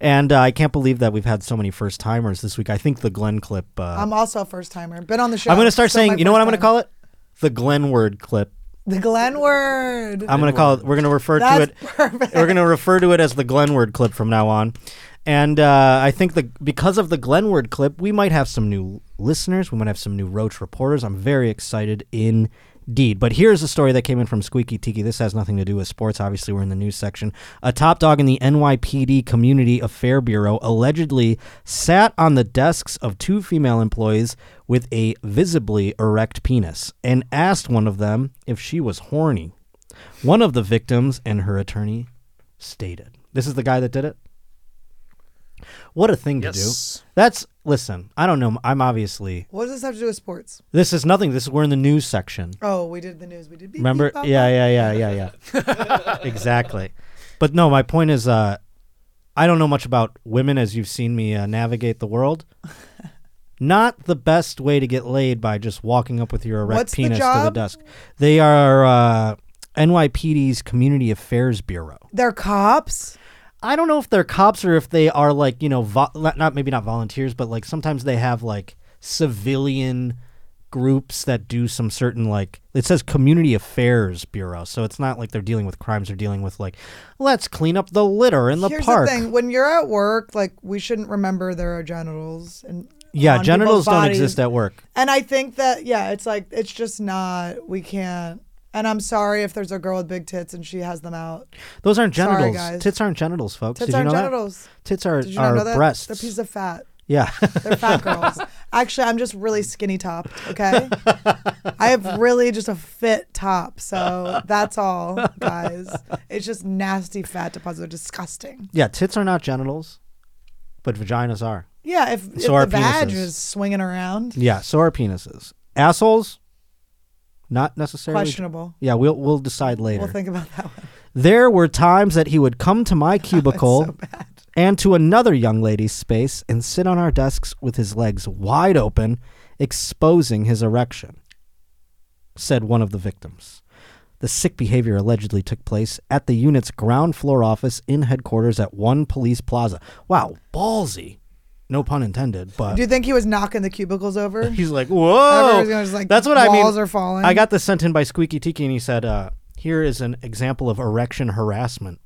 and uh, I can't believe that we've had so many first timers this week. I think the Glenn clip. Uh,
I'm also a first timer. Been on the show.
I'm going to start
Oh so my
saying, you know what I'm
first
going to
time.
call it? The Glenn word clip.
The Glenn word.
I'm going to call it, we're going to refer to
That's
it, we're going to refer to it as the Glenn word clip from now on. And uh, I think the because of the Glenn word clip, we might have some new listeners. We might have some new Roach reporters. I'm very excited indeed. But here's a story that came in from Squeaky Tiki. This has nothing to do with sports. Obviously, we're in the news section. A top dog in the NYPD Community Affair Bureau allegedly sat on the desks of two female employees with a visibly erect penis and asked one of them if she was horny. One of the victims and her attorney stated. This is the guy that did it? What a thing
Yes.
to do. That's, listen, I don't know. I'm obviously,
What does this have to do with sports?
this is nothing. This is, we're in the news section.
Oh, we did the news. We did. beep,
Remember?
beep, bop,
yeah,
bop.
yeah, yeah, yeah, yeah. exactly. But no, my point is, uh, I don't know much about women as you've seen me uh, navigate the world. Not the best way to get laid by just walking up with your erect
What's the
penis to the
job?
desk. They are uh, NYPD's Community Affairs Bureau.
They're cops.
I don't know if they're cops or if they are like you know vo- not maybe not volunteers, but like sometimes they have like civilian groups that do some certain like it says community affairs bureau, so it's not like they're dealing with crimes. They're dealing with like let's clean up the litter in the
Here's
park.
the thing: when you're at work, like we shouldn't remember there are genitals and
yeah,
on people's
genitals don't
bodies.
exist at work.
And I think that yeah, it's like it's just not we can't. And I'm sorry if there's a girl with big tits and she has them out.
Those aren't
Sorry,
genitals.
guys.
Tits aren't genitals, folks.
Tits
Did
aren't
you know
genitals.
That? Tits are
Did you not
are
know that?
breasts.
They're pieces of fat.
yeah.
They're fat girls. Actually, I'm just really skinny topped. Okay, I have really just a fit top. So that's all, guys. It's just nasty fat deposits. They're disgusting.
yeah, tits are not genitals, but vaginas are.
Yeah, if, if
are
the vag
penises.
is swinging around,
Yeah, so are penises. Assholes, not necessarily
Questionable.
Yeah, we'll we'll decide later.
we'll think about that one.
there were times that he would come to my cubicle and to another young lady's space and sit on our desks with his legs wide open, exposing his erection. Said one of the victims. The sick behavior allegedly took place at the unit's ground floor office in headquarters at One Police Plaza. Wow, ballsy. No pun intended, but
Do you think he was knocking the cubicles over?
He's like, whoa.
Everyone's just like,
That's what I mean.
walls are falling.
I got this sent in by Squeaky Tiki, and he said, uh, "Here is an example of erection harassment."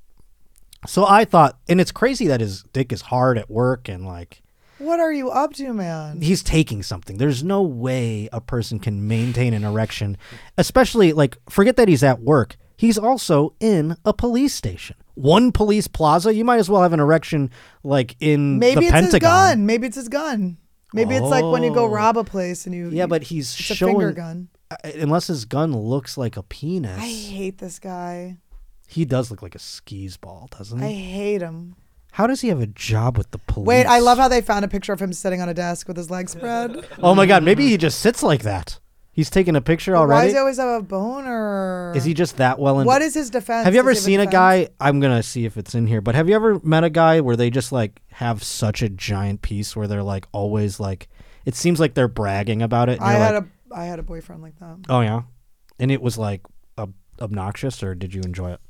So I thought, and it's crazy that his dick is hard at work, and like
What are you up to, man?
he's taking something. There's no way a person can maintain an erection, especially like forget that he's at work. He's also in a police station. One police plaza, you might as well have an erection like in
Maybe
the
it's his
Pentagon.
gun. Maybe it's his gun. Maybe it's like when you go
Oh.
rob a place and you.
Yeah,
you-
but he's
it's a
showing
finger gun.
unless his gun looks like a penis.
I hate this guy.
He does look like a skis ball, doesn't he?
I hate him.
How does he have a job with the police?
Wait, I love how they found a picture of him sitting on a desk with his legs spread.
Oh my god, maybe he just sits like that. He's taking a picture
Why
already.
does he always have a boner?
Oh, Is he just that well? In-
What is his defense?
Have you
Does he
ever
have a
seen a guy?
defense?
I'm gonna see if it's in here. But have you ever met a guy where they just like have such a giant piece where they're like always like it seems like they're bragging about it. And
I
you're
had
like,
a I had a boyfriend like that.
oh yeah, and it was like ob- obnoxious, or did you enjoy it?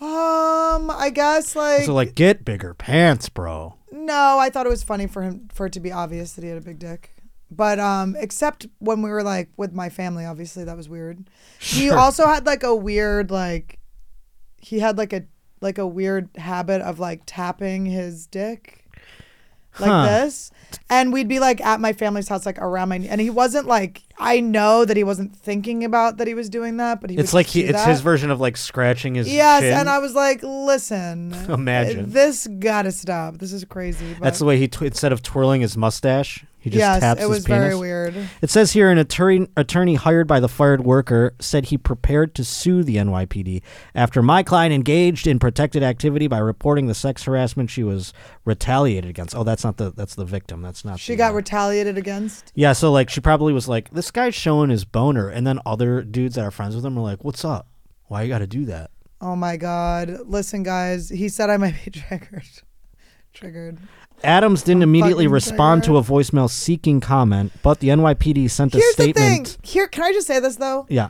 Um, I guess like,
so like get bigger pants, bro.
no, I thought it was funny for him for it to be obvious that he had a big dick. But um, except when we were like with my family, obviously that was weird. He
Sure.
also had like a weird like, he had like a like a weird habit of like tapping his dick, like
Huh.
this. And we'd be like at my family's house, like around my, and he wasn't like. I know that he wasn't thinking about that he was doing that, but he. would
it's like
just
he,
do
it's
that.
his version of like scratching his
Yes,
chin.
and I was like, listen,
Imagine.
this gotta stop. This is crazy. But
That's the way he tw- instead of twirling his mustache, he just
Yes,
taps
it
his
was
penis.
very weird.
It says here an attorney attorney hired by the fired worker said he prepared to sue the NYPD after my client engaged in protected activity by reporting the sex harassment she was retaliated against. Oh, that's not the that's the victim. That's not
she
the- uh,
got retaliated against.
yeah, so like she probably was like, this guy's showing his boner, and then other dudes that are friends with him are like, "What's up? Why you got to do that?"
Oh my god! Listen, guys, he said I might be triggered. triggered.
Adams didn't immediately
fucking
respond to a voicemail seeking comment, but the NYPD sent a
Here's the
statement.
thing. Here, can I just say this though?
Yeah.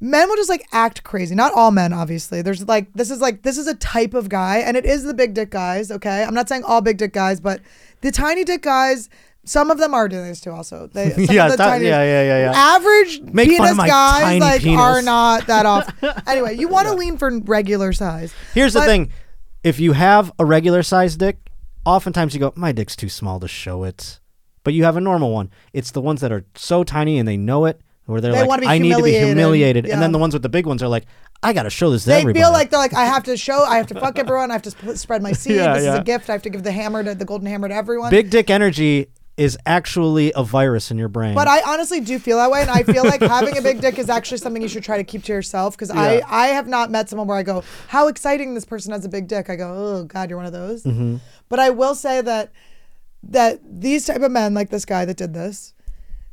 Men will just like act crazy. Not all men, obviously. There's like this is like this is a type of guy, and it is the big dick guys. Okay, I'm not saying all big dick guys, but the tiny dick guys. Some of them are doing this too. Also, they, some
yeah,
of the
ti-
tiny,
yeah, yeah, yeah, yeah.
Average
Make fun
penis
of my
guys
tiny
like
penis.
are not that off. anyway, you want to lean for regular size.
Here's the
But-
thing: if you have a regular sized dick, oftentimes you go, "My dick's too small to show it," but you have a normal one. It's the ones that are so tiny and they know it, where they're
They
like,
wanna be
"I need to be
humiliated."
humiliated," and then
Yeah.
the ones with the big ones are like, "I got to show this to
They
everybody."
feel like they're like, I have to show, I have to fuck everyone, I have to sp- spread my seed.
Yeah,
this is
yeah.
a gift. I have to give the hammer to the golden hammer to everyone.
big dick energy is actually a virus in your brain.
But I honestly do feel that way, and I feel like having a big dick is actually something you should try to keep to yourself. Because
Yeah.
I, I have not met someone where I go, "How exciting this person has a big dick." I go, "Oh God, you're one of those."
Mm-hmm.
Mhm.
But I will say that that these type of men, like this guy that did this,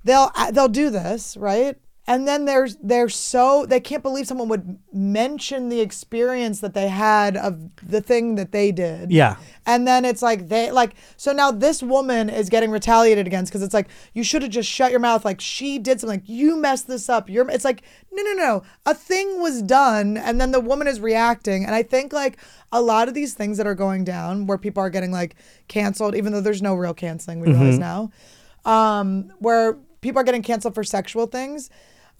they'll uh, they'll do this right, and then they're they're so they can't believe someone would mention the experience that they had of the thing that they did.
yeah.
And then it's like they like so now this woman is getting retaliated against because it's like you should have just shut your mouth like she did something like you messed this up you're it's like no no no a thing was done and then the woman is reacting and I think like a lot of these things that are going down where people are getting like canceled even though there's no real canceling we realize
Mhm.
now um, where people are getting canceled for sexual things.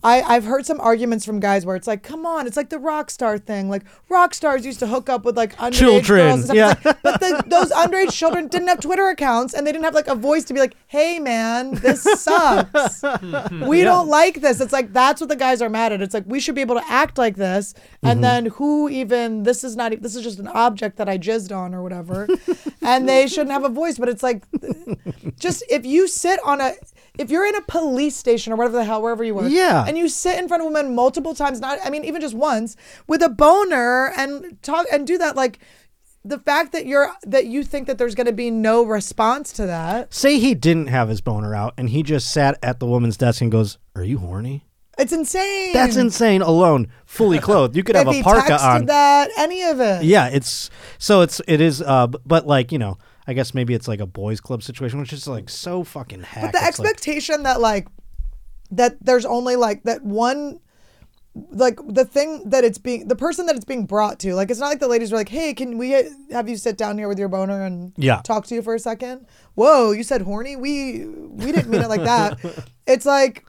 I, I've heard some arguments from guys where it's like, come on, it's like the rock star thing. Like rock stars used to hook up with like underage
Children,
girls and stuff. It's like, but the, those underage children didn't have Twitter accounts and they didn't have like a voice to be like, hey man, this sucks. we
Yeah.
don't like this. It's like that's what the guys are mad at. It's like we should be able to act like this, and
Mhm.
then who even this is not e- this is just an object that I jizzed on or whatever, and they shouldn't have a voice. But it's like just if you sit on a if you're in a police station or whatever the hell wherever you work
Yeah.
and you sit in front of women multiple times not i mean even just once with a boner and talk and do that like the fact that you're that you think that there's going to be no response to that
Say he didn't have his boner out and he just sat at the woman's desk and goes, "Are you horny?"
it's insane
That's insane alone, fully clothed. You could have
if
a
he
parka
texted
on.
that any of it
Yeah, it's so it's it is uh b- but like, you know, I guess maybe it's like a boys club situation which is like so fucking hack.
but the
It's like-
expectation that like that there's only like that one like the thing that it's being the person that it's being brought to like it's not like the ladies were like hey can we have you sit down here with your boner and
Yeah.
talk to you for a second whoa you said horny we we didn't mean it like that it's like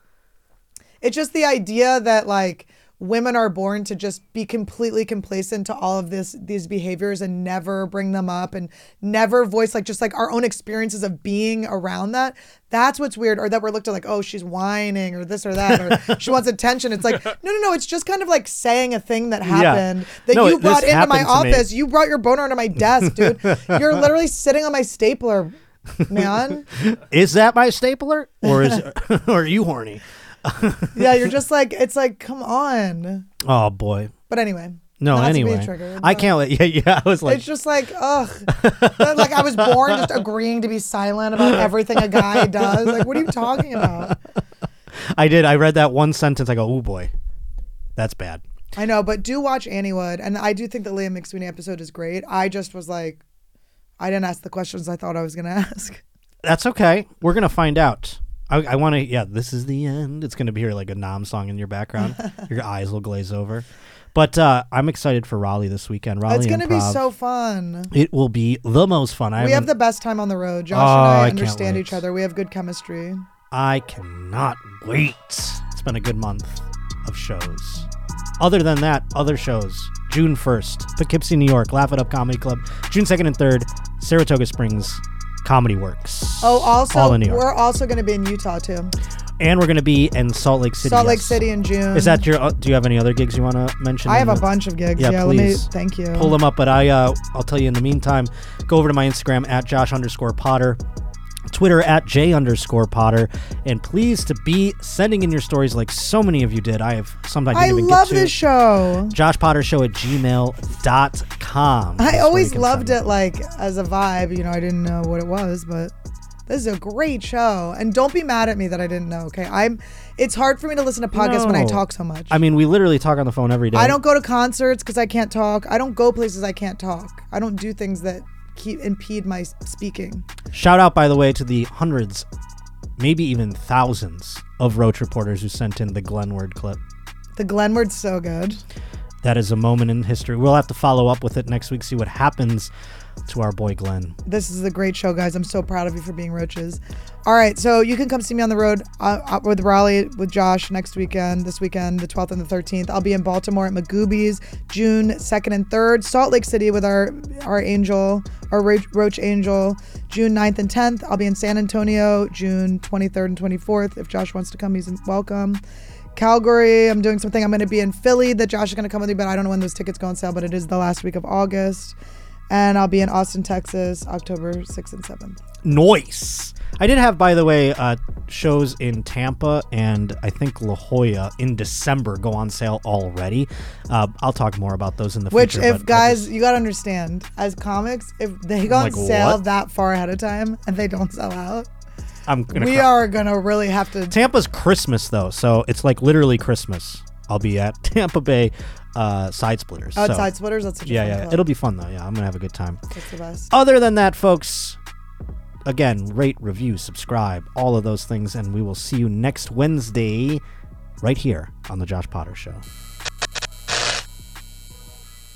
it's just the idea that like women are born to just be completely complacent to all of this these behaviors and never bring them up and never voice like just like our own experiences of being around that that's what's weird or that we're looked at like oh she's whining or this or that or she wants attention it's like no no no it's just kind of like saying a thing that
Yeah.
happened that
No,
you
it-
brought
this
into my
happened to me.
office you brought your boner into my desk dude you're literally sitting on my stapler man.
is that my stapler, or is or are you horny?
yeah, you're just like it's like come on.
Oh boy.
But anyway.
No,
not to be
anyway,
triggered,
I
but-
can't. let- Yeah, yeah. I was like,
it's just like ugh. But, like I was born just agreeing to be silent about everything a guy does. Like what are you talking about?
I did. I read that one sentence. I go, oh boy, that's bad.
I know, but do watch Annie Wood, and I do think the Liam McSweeney episode is great. I just was like, I didn't ask the questions I thought I was gonna ask.
That's okay. We're gonna find out. I, I want to. Yeah, this is the end. It's gonna be here like a nom song in your background. your eyes will glaze over. But uh, I'm excited for Raleigh this weekend. Raleigh
it's gonna be
Improv.
so fun.
It will be the most fun. I
we have
haven't-
the best time on the road. Josh
Oh,
and
I
I
can't
understand
wait.
each other. We have good chemistry.
I cannot wait. It's been a good month of shows. Other than that, other shows. June 1st, Poughkeepsie, New York, Laugh It Up Comedy Club. June 2nd and 3rd, Saratoga Springs Comedy Works.
Oh, also,
All in New York.
we're also going to be in Utah too.
and we're going to be in Salt Lake City.
Salt Lake
yes.
City in June.
Is that your? uh, do you have any other gigs you want to mention?
I
in
have a
the-
bunch of gigs.
Yeah,
Yeah, let me.
please.
Thank you.
Pull them up, but I uh, I'll tell you in the meantime. Go over to my Instagram at Josh underscore Potter, Twitter at J underscore Potter, and please to be sending in your stories like so many of you did. I have some I didn't
I
even
love
get to.
this show.
Josh Potter Show at gmail.com.
I always loved it, like as a vibe. You know, I didn't know what it was, but this is a great show. And don't be mad at me that I didn't know. Okay, I'm. It's hard for me to listen to podcasts when I talk so much.
I mean, we literally talk on the phone every day.
I don't go to concerts because I can't talk. I don't go places I can't talk. I don't do things that keep impede my s- speaking.
Shout out, by the way, to the hundreds, maybe even thousands of Roach reporters who sent in the Glenn Word clip.
The Glen word's so good.
That is a moment in history. We'll have to follow up with it next week, see what happens to our boy Glenn.
This is a great show, guys. I'm so proud of you for being roaches. All right, so you can come see me on the road uh, uh, with Raleigh with Josh next weekend, this weekend, the 12th and the 13th. I'll be in Baltimore at Magoobies June 2nd and 3rd. Salt Lake City with our our angel, our Roach, Roach angel, June 9th and 10th. I'll be in San Antonio June 23rd and 24th. If Josh wants to come, he's welcome. Calgary, I'm doing something. I'm going to be in Philly that Josh is going to come with me, but I don't know when those tickets go on sale, but it is the last week of August. And I'll be in Austin, Texas, October 6th and 7th.
Noise. I did have, by the way, uh, shows in Tampa and I think La Jolla in December go on sale already. Uh, I'll talk more about those in the
Which,
future.
if
but I
guys,
just-
you got to understand, as comics, if they go on
Like,
sale
what?
that far ahead of time and they don't sell out,
I'm gonna
we
cry.
are going to really have to.
Tampa's Christmas though, so it's like literally Christmas. I'll be at Tampa Bay uh, Side Splitters. so-
Outside Splitters, that's such a
yeah,
fun
yeah.
club.
It'll Oh. be fun though. Yeah, I'm gonna have a good time.
That's the best.
Other than that, folks, again, rate, review, subscribe, all of those things, and we will see you next Wednesday, right here on the Josh Potter Show.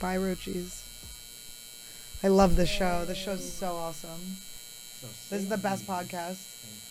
Bye, Roachies. I love this show. This show's so awesome. This is the best podcast.